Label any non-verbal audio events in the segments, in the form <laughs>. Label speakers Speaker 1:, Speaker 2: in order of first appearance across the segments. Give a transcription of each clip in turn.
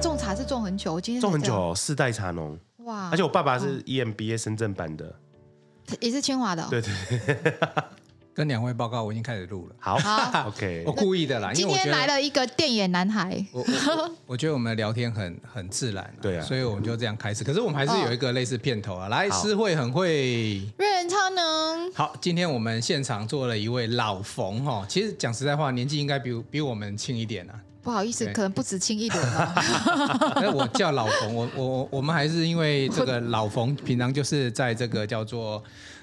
Speaker 1: 久，我今天才知道
Speaker 2: 种很久、哦，世代茶农，
Speaker 1: 哇，
Speaker 2: 而且我爸爸
Speaker 1: 啊
Speaker 2: 是 E EMBA 深圳版的，
Speaker 1: 也是清华的哦、
Speaker 2: 对对，对
Speaker 3: 跟两位报告，我已经开始录了。
Speaker 2: 好 <laughs>
Speaker 1: 好
Speaker 2: ，OK，
Speaker 3: 我故意的啦，因
Speaker 1: 今
Speaker 3: 为我
Speaker 1: 天
Speaker 3: 觉
Speaker 1: 来
Speaker 3: 得
Speaker 1: 了一个电眼男孩，
Speaker 3: 我我 <laughs> 我觉得我们聊天很很自然、
Speaker 2: 对啊
Speaker 3: 所以我们就这样开始。可是我们还是有一个类似片头啊。来，
Speaker 2: 好
Speaker 3: 诗慧很会。
Speaker 1: 瑞仁超能，
Speaker 3: 好，今天我们现场做了一位老冯哈，其实讲实在话，年纪应该比比我们轻一点
Speaker 1: <laughs>
Speaker 3: 啊。
Speaker 1: 不好意思，
Speaker 3: 对
Speaker 1: 可能不止轻一点哦
Speaker 2: <laughs>
Speaker 1: 吧。
Speaker 3: 那我叫老冯，我我我我们还是因为这个老冯平常就是在这个叫做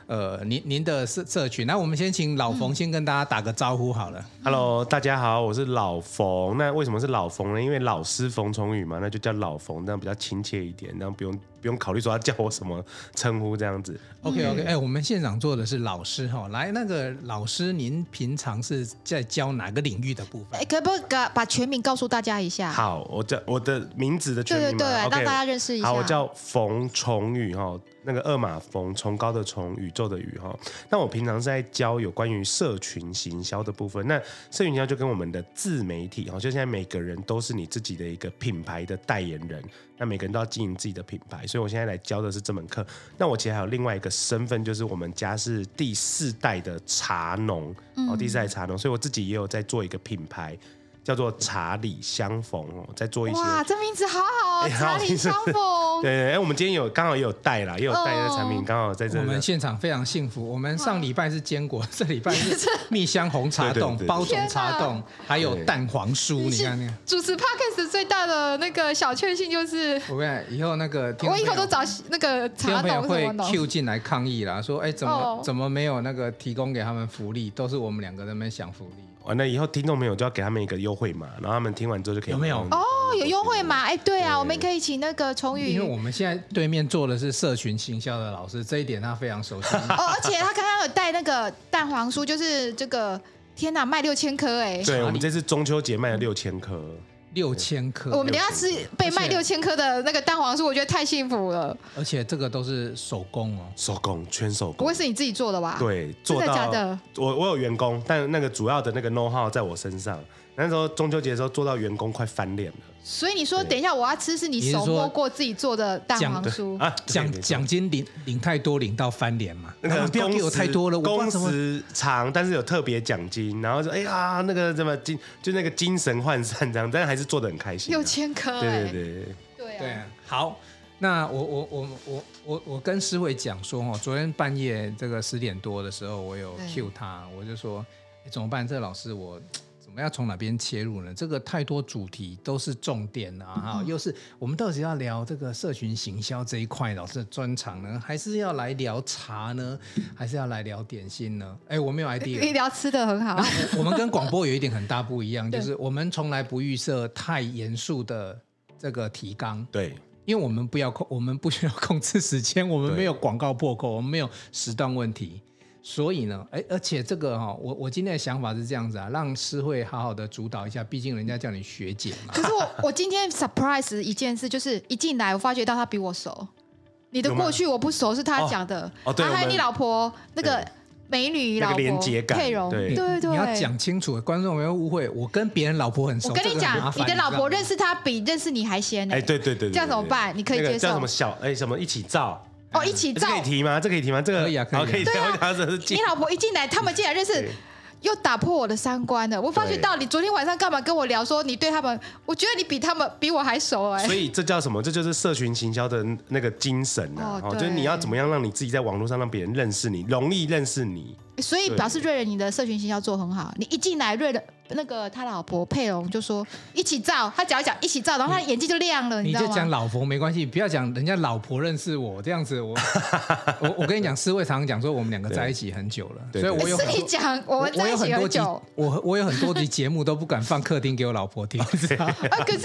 Speaker 3: 呃您您的社社群，那我们先请老
Speaker 1: 嗯
Speaker 3: 冯先跟大家打个招呼好了。
Speaker 2: Hello，大家好，我是老冯。那为什么是老冯呢？因为老师冯崇宇嘛，那就叫老冯，这样比较亲切一点，这样不用不用考虑说他叫我什么称呼这样子。
Speaker 3: OK OK，哎、我
Speaker 1: 嗯
Speaker 3: 们现场做的是老师哈，来那个老师，您平常是在教哪个领域的部分
Speaker 1: 哎，？可不可以把把全名告诉大家一下？
Speaker 2: 好，我叫我的名字的全
Speaker 1: 对啊对
Speaker 2: 名嘛啊
Speaker 1: 对，让
Speaker 2: OK，
Speaker 1: 大家认识一下。
Speaker 2: 好，我叫冯崇宇哈，那个二马冯，崇高的崇，宇宙的宇哈。那我平常是在教有关于社群行销的部分。那社群行销就跟我们的自媒体哈，就现在每个人都是你自己的一个品牌的代言人，那每个人都要经营自己的品牌。所以我现在来教的是这门课。那我其实还有另外一个身份，就是我们家是第四代的茶农，哦，
Speaker 1: 嗯
Speaker 2: 第四代茶农，所以我自己也有在做一个品牌。叫做茶里相逢哦，在做一些
Speaker 1: 哇，这名字好好哦，
Speaker 2: 哎 <laughs> 好
Speaker 1: 查理相逢。
Speaker 2: 对对，哎，我们今天有刚好也有带啦，也有带这个产品，
Speaker 1: 哦
Speaker 2: 刚好在这
Speaker 3: 我
Speaker 2: 里
Speaker 3: 们。现场非常幸福，我们上礼拜是坚果，这礼拜
Speaker 1: <laughs>
Speaker 3: 是蜜香红茶
Speaker 2: 对对
Speaker 3: 冻
Speaker 2: 对、对
Speaker 3: 包种茶冻，还有
Speaker 2: 对
Speaker 3: 蛋黄酥，你看那个。
Speaker 1: 主持 podcast 最大的那个小确幸就是，
Speaker 3: 我跟你讲，以后那个听众
Speaker 1: 我
Speaker 3: 朋
Speaker 1: 以
Speaker 3: 友
Speaker 1: 后都找那个
Speaker 3: 听
Speaker 1: 茶
Speaker 3: 众朋友
Speaker 1: 农什
Speaker 3: 会
Speaker 1: 么农
Speaker 3: Q 进来抗议啦，说哎、怎么、
Speaker 1: 哦
Speaker 3: 怎么没有那个提供给他们福利，都是我们两个在那边享福利。
Speaker 2: 完了以后，听众朋友就要给他们一个优惠码，然后他们听完之后就可以
Speaker 3: 有没有
Speaker 2: 用
Speaker 1: 哦，有优惠吗？哎，对啊，
Speaker 2: 对
Speaker 1: 我们可以请那个崇宇
Speaker 3: 因为。我们现在对面坐的是社群行销的老师，这一点他非常熟悉。
Speaker 1: 哦，而且他刚刚有带那个蛋黄酥，就是这个，天哪，卖六千颗哎！
Speaker 2: 对我们这次中秋节卖了六千颗，
Speaker 3: 六千颗，
Speaker 1: 哦我们等一下吃被卖六
Speaker 3: 而
Speaker 1: 千颗的那个蛋黄酥，我觉得太幸福了。
Speaker 3: 而且这个都是手工哦。
Speaker 2: 手工全手
Speaker 1: 不
Speaker 2: 工
Speaker 1: 会。是你自己做的吧？，
Speaker 2: 对，
Speaker 1: 真
Speaker 2: 做
Speaker 1: 的
Speaker 2: 到
Speaker 1: 假的？
Speaker 2: 我我有员工，但那个主要的那个 know how 在我身上。那时候中秋节的时候做到员工快翻脸了
Speaker 1: 所以你说
Speaker 2: 对
Speaker 1: 等一下我要吃是你
Speaker 3: 你是
Speaker 1: 手
Speaker 3: 说
Speaker 1: 摸过自己做的蛋黄酥，
Speaker 2: 啊！对
Speaker 3: 奖
Speaker 2: 没错
Speaker 3: 奖金领领太多，领到翻脸嘛。
Speaker 2: 那
Speaker 3: 他
Speaker 2: 个
Speaker 3: 们不要
Speaker 2: 工
Speaker 3: 给我
Speaker 2: 时
Speaker 3: 太多了，我不知道
Speaker 2: 工
Speaker 3: 怎么
Speaker 2: 时长，但是有特别奖金，然后说哎呀那个什么精就那个精神涣散这样，但是还是做的很开心啊。
Speaker 1: 六千颗
Speaker 2: 对
Speaker 1: 哎，
Speaker 2: 对对对。
Speaker 1: 对
Speaker 3: 对
Speaker 1: 啊，
Speaker 3: 啊，好，那我我我我我我跟诗慧讲说哦，昨天半夜这个十点多的时候，我有
Speaker 1: 对
Speaker 3: Q 他，我就说诶怎么办？这个老师我。怎么要从哪边切入呢？这个太多主题都是重点啊，哈、又是我们到底要聊这个社群行销这一块老师的专长呢，还是要来聊茶呢，还是要来聊点心呢？哎，我没有 idea，
Speaker 1: 可以聊吃的很
Speaker 2: <laughs>
Speaker 1: 好，
Speaker 3: 我们跟广播有一点很大不
Speaker 1: <laughs>
Speaker 3: 一样，
Speaker 1: 对
Speaker 3: 就是我们从来不预设太严肃的这个提纲，
Speaker 2: 对，
Speaker 3: 因为我们不要控，我们不需要控制时间，我们
Speaker 2: 对
Speaker 3: 没有广告破口，我们没有时段问题，所以呢，哎，而且这个哈、我我今天的想法是这样子啊，让诗慧好好的主导一下，毕竟人家叫你学姐嘛。
Speaker 1: 可是我我今天 surprise 一件事，就是一进来我发觉到他比我熟，你的
Speaker 2: 有吗
Speaker 1: 过去我不熟是他讲的，
Speaker 2: 哦哦对
Speaker 1: 啊还
Speaker 2: 我
Speaker 1: 有
Speaker 2: 们
Speaker 1: 你老婆那个美女
Speaker 2: 那
Speaker 1: 老
Speaker 2: 个
Speaker 1: 婆
Speaker 2: 连结感
Speaker 1: 佩蓉，
Speaker 2: 对
Speaker 1: 对对对，
Speaker 3: 你要讲清楚，观众没有误会，我跟别人老婆很熟。
Speaker 1: 我跟
Speaker 3: 这
Speaker 1: 你
Speaker 3: 个很麻
Speaker 1: 讲，
Speaker 3: 烦
Speaker 1: 你的老婆认
Speaker 3: 识
Speaker 1: 识他比认识你还先呢
Speaker 2: 哎，，对对对，对
Speaker 1: 这样怎么办你可以
Speaker 2: 那个
Speaker 1: 接受
Speaker 2: 叫什么小哎什么一起造，哎
Speaker 1: 哦，一起
Speaker 2: 这
Speaker 1: 造
Speaker 2: 可以提吗？这可以提吗？这个
Speaker 3: 可以啊可以啊
Speaker 2: 好可以
Speaker 1: 对啊
Speaker 2: <laughs> 聊聊这是
Speaker 1: 你
Speaker 2: 进
Speaker 1: 老婆一进来，他们竟然认识
Speaker 2: 对，
Speaker 1: 又打破我的三观了。我发觉到你昨天晚上干嘛跟我聊说你对他们，我觉得你比他们比我还熟哎、
Speaker 2: 所以这叫什么？这就是社群行销的那个精神啊！
Speaker 1: 哦
Speaker 2: 哦，
Speaker 1: 对
Speaker 2: 就是你要怎么样让你自己在网络上让别人认识你，容易认识你。
Speaker 1: 所以表示瑞仁你的社群形象做很好。你一进来，瑞仁那个他老婆佩蓉就说一起照，他讲一讲一起照，然后他眼睛就亮了，你
Speaker 3: 你
Speaker 1: 知道
Speaker 3: 就讲
Speaker 1: 吗？
Speaker 3: 老婆没关系，不要讲人家老婆认识我这样
Speaker 2: <laughs>
Speaker 3: 子我。我我跟你讲，思慧常常讲说我们两个在一起很久了，
Speaker 2: 对
Speaker 3: 所以我有
Speaker 1: 是 <laughs>
Speaker 3: 很
Speaker 1: 你
Speaker 3: 多
Speaker 1: 哎讲，我们在一
Speaker 3: 有很
Speaker 1: 起
Speaker 3: 多
Speaker 1: 很
Speaker 3: 集
Speaker 1: 久，，
Speaker 3: 我我有很多集节目都不敢放客厅给我老
Speaker 2: <laughs>
Speaker 3: 婆听，你知道吗
Speaker 1: 啊，可是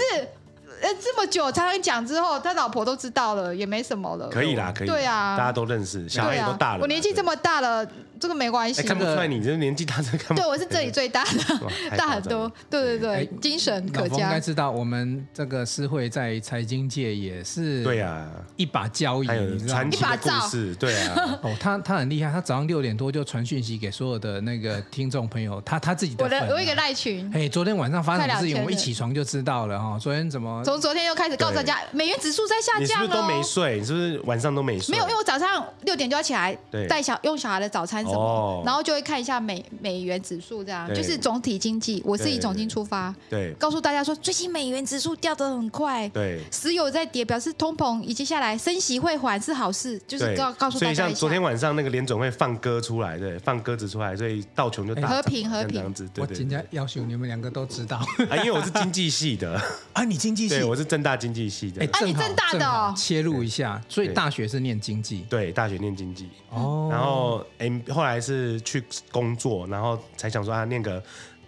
Speaker 1: 呃这么久，常常讲之后，他老婆都知道了，也没什么了。
Speaker 2: 可以啦，可以啦，
Speaker 1: 哦对啊
Speaker 2: 大家都认识，小孩
Speaker 1: 对
Speaker 2: 也
Speaker 1: 啊，
Speaker 2: 都大了啦。
Speaker 1: 我年纪这么大了，这个没关系
Speaker 2: 哎，。看不出来你这年纪大，这看不
Speaker 1: 对，我是这里最大的，
Speaker 2: 哎哇太
Speaker 1: 大
Speaker 2: 夸
Speaker 1: 很
Speaker 2: 张了
Speaker 1: 多。对对
Speaker 3: 哎
Speaker 1: 对，精神
Speaker 3: 老
Speaker 1: 可
Speaker 3: 冯应
Speaker 1: 嘉
Speaker 3: 该。知道，我们这个诗会在财经界也是
Speaker 2: 对啊，
Speaker 3: 一把交椅，
Speaker 2: 还有
Speaker 3: 你知道
Speaker 2: 传
Speaker 3: 吗，
Speaker 2: 奇
Speaker 1: 一把
Speaker 2: 的
Speaker 1: 照
Speaker 2: 故事，对啊
Speaker 1: <laughs>
Speaker 3: 哦，他他很厉害，他早上六点多就传讯息给所有的那个听众朋友，他他自己的
Speaker 1: 我
Speaker 3: 粉啊、
Speaker 1: 的我有一个赖群，
Speaker 3: 哎，昨天晚上发生什么事
Speaker 1: 快两千
Speaker 3: 情，
Speaker 1: 了
Speaker 3: 我一起床就知道了哈、昨天怎么？
Speaker 1: 从昨天又开始告诉大家，美元指数在下
Speaker 2: 你是
Speaker 1: 降
Speaker 2: 不是都没
Speaker 1: 哦。
Speaker 2: 睡？你是不是晚上都没睡？
Speaker 1: 没有，因为我早上六点就要起来
Speaker 2: 对
Speaker 1: 带小用小孩的早餐什
Speaker 2: 哦
Speaker 1: 么，然后就会看一下美美元指数这样，
Speaker 2: 对
Speaker 1: 就是总体经济，我是以总经出发，
Speaker 2: 对
Speaker 1: 告诉大家说最近美元指数掉得很快，
Speaker 2: 对。
Speaker 1: 石油在跌，表示通膨以及下来升息会缓是好事，就是
Speaker 2: 对
Speaker 1: 告告诉
Speaker 2: 所
Speaker 1: 大
Speaker 2: 以
Speaker 1: 家
Speaker 2: 像
Speaker 1: 一
Speaker 2: 昨
Speaker 1: 下。
Speaker 2: 天晚上那个联总会放歌出来，对，放鸽子出来，所以道琼就大涨
Speaker 1: 和平和平
Speaker 2: 这样子，对
Speaker 3: 我
Speaker 2: 对
Speaker 3: 人
Speaker 2: 对
Speaker 3: 家要求你们两个都知道 <laughs>
Speaker 2: 啊，因为我是经济系的，
Speaker 3: 啊，你 <laughs> 经济
Speaker 2: 对，我是正大经济系的
Speaker 3: 哎，，
Speaker 1: 啊你
Speaker 3: 正好
Speaker 1: 正大的哦
Speaker 3: 正好切入一下，所以大学是念经济
Speaker 2: 对，大学念经济，
Speaker 3: 哦
Speaker 2: 然后 M 后来是去工作，然后才想说啊，念个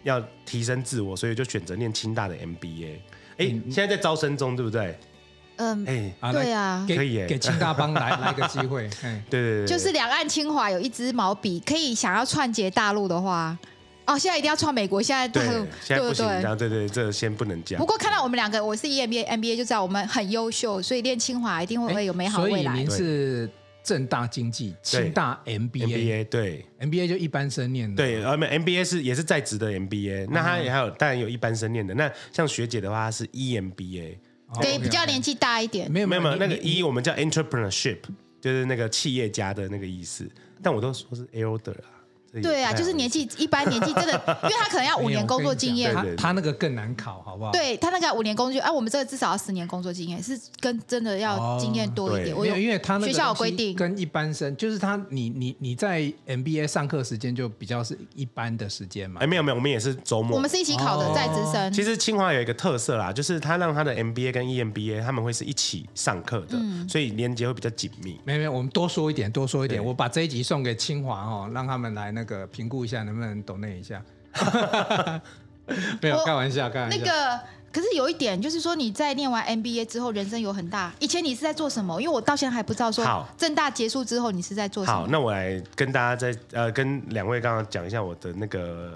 Speaker 2: 要提升自我，所以就选择念清大的 MBA。哎，
Speaker 3: 嗯
Speaker 2: 现在在招生中，对不对？
Speaker 1: 嗯，
Speaker 2: 哎，
Speaker 3: 啊
Speaker 1: 对
Speaker 3: 来
Speaker 1: 啊，
Speaker 2: 可
Speaker 3: 给
Speaker 2: 以耶
Speaker 3: 给清大
Speaker 2: <laughs>
Speaker 3: 帮来来个机会，哎，
Speaker 2: 对对对，
Speaker 1: 就是两岸清华有一支毛笔，可以想要串接大陆的话，哦，现在一定要串美国，现在
Speaker 2: 对
Speaker 1: 大陆，
Speaker 2: 现在不
Speaker 1: 对
Speaker 2: 行，
Speaker 1: 对
Speaker 2: 然
Speaker 1: 对。
Speaker 2: 后对对，这先不能讲
Speaker 1: 不。过看到我们两个，我是 E EMBA MBA 就知道我们很优秀，所以练清华一定会
Speaker 3: 哎
Speaker 1: 哦会有美好
Speaker 3: 所
Speaker 1: 未
Speaker 3: 以
Speaker 1: 来
Speaker 3: 您。是正大经济，清大 MBA，MBA
Speaker 2: MBA 对
Speaker 3: MBA 就一般生念
Speaker 1: 嗯
Speaker 3: 的，
Speaker 2: 对，呃而没 MBA 是也是在职的 MBA，那他也还有当然有一般生念的，那像学姐的话，她是 E EMBA，
Speaker 3: 哦，
Speaker 1: 对，
Speaker 3: OK，
Speaker 1: 比较
Speaker 3: OK
Speaker 1: 年纪大一点。
Speaker 3: 没有
Speaker 2: 没有没有
Speaker 3: 你
Speaker 2: 那个
Speaker 3: 你
Speaker 2: E 我们叫 entrepreneurship，就是那个企业家的那个意思，但我都说是 elder 啊，这也
Speaker 1: 对
Speaker 2: 不
Speaker 1: 啊，
Speaker 2: 太
Speaker 1: 就是
Speaker 2: 好
Speaker 1: 年纪一般年纪真的，
Speaker 2: <laughs>
Speaker 1: 因为他可能要五年工作经验
Speaker 2: 没有我跟你讲，对对
Speaker 3: 他
Speaker 2: 对
Speaker 3: 他那个更难考，好不好？，
Speaker 1: 对他那个五年工作经验，哎、啊，我们这个至少要十年工作经验，是跟真的要经验多一点。
Speaker 2: 哦
Speaker 1: 我
Speaker 3: 因
Speaker 1: 有
Speaker 3: 为因为他那个
Speaker 1: 学校有
Speaker 3: 东西
Speaker 1: 规定
Speaker 3: 跟一般生就是他你你你在 MBA 上课时间就比较是一般的时间嘛
Speaker 2: 哎，没有没有，我们也是周末，
Speaker 1: 我们是一起考的
Speaker 3: 哦
Speaker 1: 在职生，
Speaker 2: 其实清华有一个特色啦，就是它让它的 MBA 跟 E EMBA 他们会是一起上课的，
Speaker 1: 嗯
Speaker 2: 所以连接会比较紧密。
Speaker 3: 没有没有，我们多说一点，多说一点。
Speaker 2: 对
Speaker 3: 我把这一集送给清华哦，让他们来那个评估一下，能不能懂那一
Speaker 1: <laughs>
Speaker 3: 下。没有
Speaker 1: 我
Speaker 3: 开玩笑，开玩笑。
Speaker 1: 那个。可是有一点，就是说你在念完 MBA 之后，人生有很大。以前你是在做什么？因为我到现在还不知道说
Speaker 2: 好，正
Speaker 1: 大结束之后你是在做什
Speaker 2: 好，
Speaker 1: 么。
Speaker 2: 那我来跟大家再呃跟两位刚刚讲一下我的那个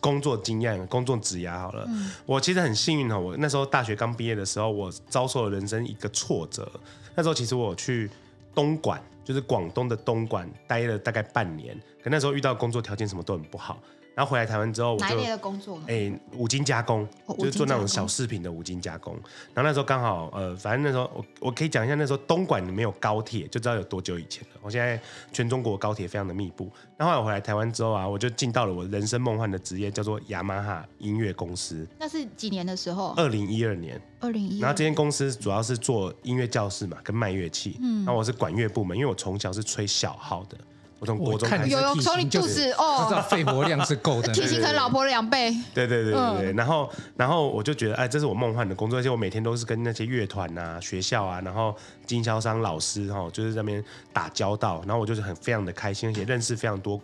Speaker 2: 工作经验、工作职涯好了。
Speaker 1: 嗯
Speaker 2: 我其实很幸运哦，我那时候大学刚毕业的时候，我遭受了人生一个挫折。那时候其实我有去东莞，就是广东的东莞待了大概半年，可那时候遇到工作条件什么都很不好。然后回来台湾之后，我就
Speaker 1: 哪一类的工作呢？
Speaker 2: 哎、五金加工，
Speaker 1: 哦
Speaker 2: 就是做那种小
Speaker 1: 五金加工
Speaker 2: 饰品的五金加工。然后那时候刚好，呃，反正那时候我我可以讲一下，那时候东莞没有高铁，就知道有多久以前了。我现在全中国高铁非常的密布。那后来我回来台湾之后啊，我就进到了我人生梦幻的职业，叫做雅马哈音乐公司。
Speaker 1: 那是几年的时候？
Speaker 2: 二零一二年，
Speaker 1: 二零一
Speaker 2: 然。后这间公司主要是做音乐教室嘛，跟卖乐器。嗯，然后我是管乐部门，因为我从小是吹小号的，我从国中
Speaker 3: 看
Speaker 2: 开
Speaker 3: 你
Speaker 2: 始
Speaker 1: 有。有哦从你肚子
Speaker 3: 不知道 <laughs>
Speaker 1: 哦，
Speaker 3: 肺活量是够
Speaker 1: <laughs>
Speaker 3: 的。
Speaker 1: 体型可能老婆的两倍。
Speaker 2: 对对对对
Speaker 1: 嗯
Speaker 2: 对，然后然后我就觉得，哎，这是我梦幻的工作，而且我每天都是跟那些乐团啊、学校啊，然后经销商、老师哈、哦，就是在那边打交道，然后我就是很非常的开心，而且认识非常多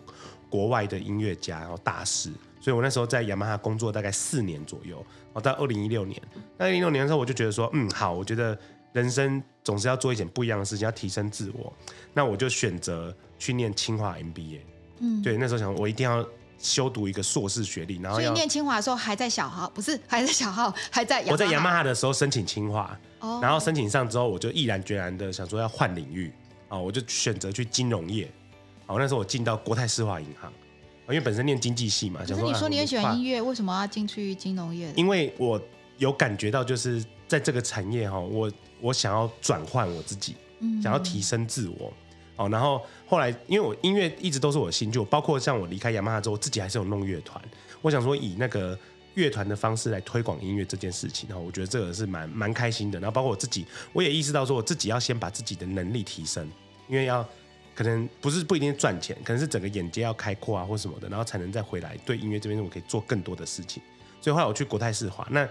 Speaker 2: 国外的音乐家，然后大师。所以我那时候在雅马哈工作大概四年左右，哦，到二零一六年，那二零一六年的时候，我就觉得说，嗯，好，我觉得人生总是要做一点不一样的事情，要提升自我。那我就选择去念清华 MBA。
Speaker 1: 嗯，
Speaker 2: 对，那时候想我一定要修读一个硕士学历，然后
Speaker 1: 所以
Speaker 2: 要
Speaker 1: 念清华的时候还在小号，不是还在小号， <laughs> 还在
Speaker 2: 我在雅马
Speaker 1: 哈。
Speaker 2: 哈的时候申请清华，
Speaker 1: 哦
Speaker 2: 然后申请上之后，我就毅然决然的想说要换领域啊，我就选择去金融业。啊，那时候我进到国泰世华银行，啊因为本身念经济系嘛，
Speaker 1: 可
Speaker 2: 想
Speaker 1: 是
Speaker 2: 说啊
Speaker 1: 你说你很喜欢音
Speaker 2: 乐，
Speaker 1: 乐，为什么要进去金融业？
Speaker 2: 因为我有感觉到就是在这个产业哈，我我想要转换我自己，
Speaker 1: 嗯
Speaker 2: 想要提升自我。哦，然后后来因为我音乐一直都是我的兴趣，我包括像我离开雅马哈之后，我自己还是有弄乐团。我想说以那个乐团的方式来推广音乐这件事情，然后我觉得这个是蛮蛮开心的。然后包括我自己，我也意识到说我自己要先把自己的能力提升，因为要可能不是不一定赚钱，可能是整个眼界要开阔啊或什么的，然后才能再回来对音乐这边我可以做更多的事情。所以后来我去国泰世华，那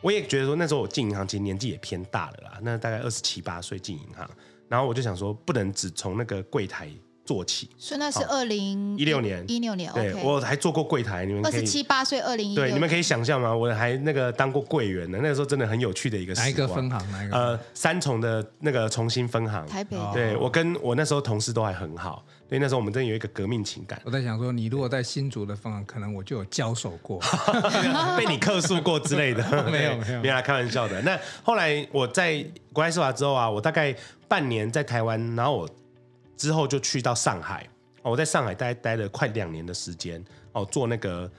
Speaker 2: 我也觉得说那时候我进银行其实年纪也偏大了啦，那大概二十七八岁进银行，然后我就想说不能只从那个柜台做起。
Speaker 1: 所以那是二零
Speaker 2: 16年
Speaker 1: 一六年
Speaker 2: 对
Speaker 1: ，OK，
Speaker 2: 我还做过柜台，你们
Speaker 1: 二
Speaker 2: 可
Speaker 1: 十
Speaker 2: 以
Speaker 1: 七八岁，二零一
Speaker 2: 对，你
Speaker 1: 六
Speaker 2: 们可以想象吗？我还那个当过柜员呢，那个时候真的很有趣的一个时
Speaker 3: 哪一个
Speaker 2: 光
Speaker 3: 分行？啊哪一个？
Speaker 2: 呃，三重的那个重新分行，
Speaker 1: 台北
Speaker 3: 哦
Speaker 2: 对我跟我那时候同事都还很好，所以那时候我们真的有一个革命情感，
Speaker 3: 我在想说，你如果在新竹的分行，可能我就有交手
Speaker 1: <laughs>
Speaker 3: 过。
Speaker 2: <laughs> 被你客诉过之类的，
Speaker 3: <laughs> 没有
Speaker 2: 对
Speaker 3: 没有
Speaker 2: 没有啦，开玩笑的。那后来我在国外受罚之后啊，我大概半年在台湾，然后我之后就去到上海，哦，我在上海待待了快两年的时间，哦，做那个。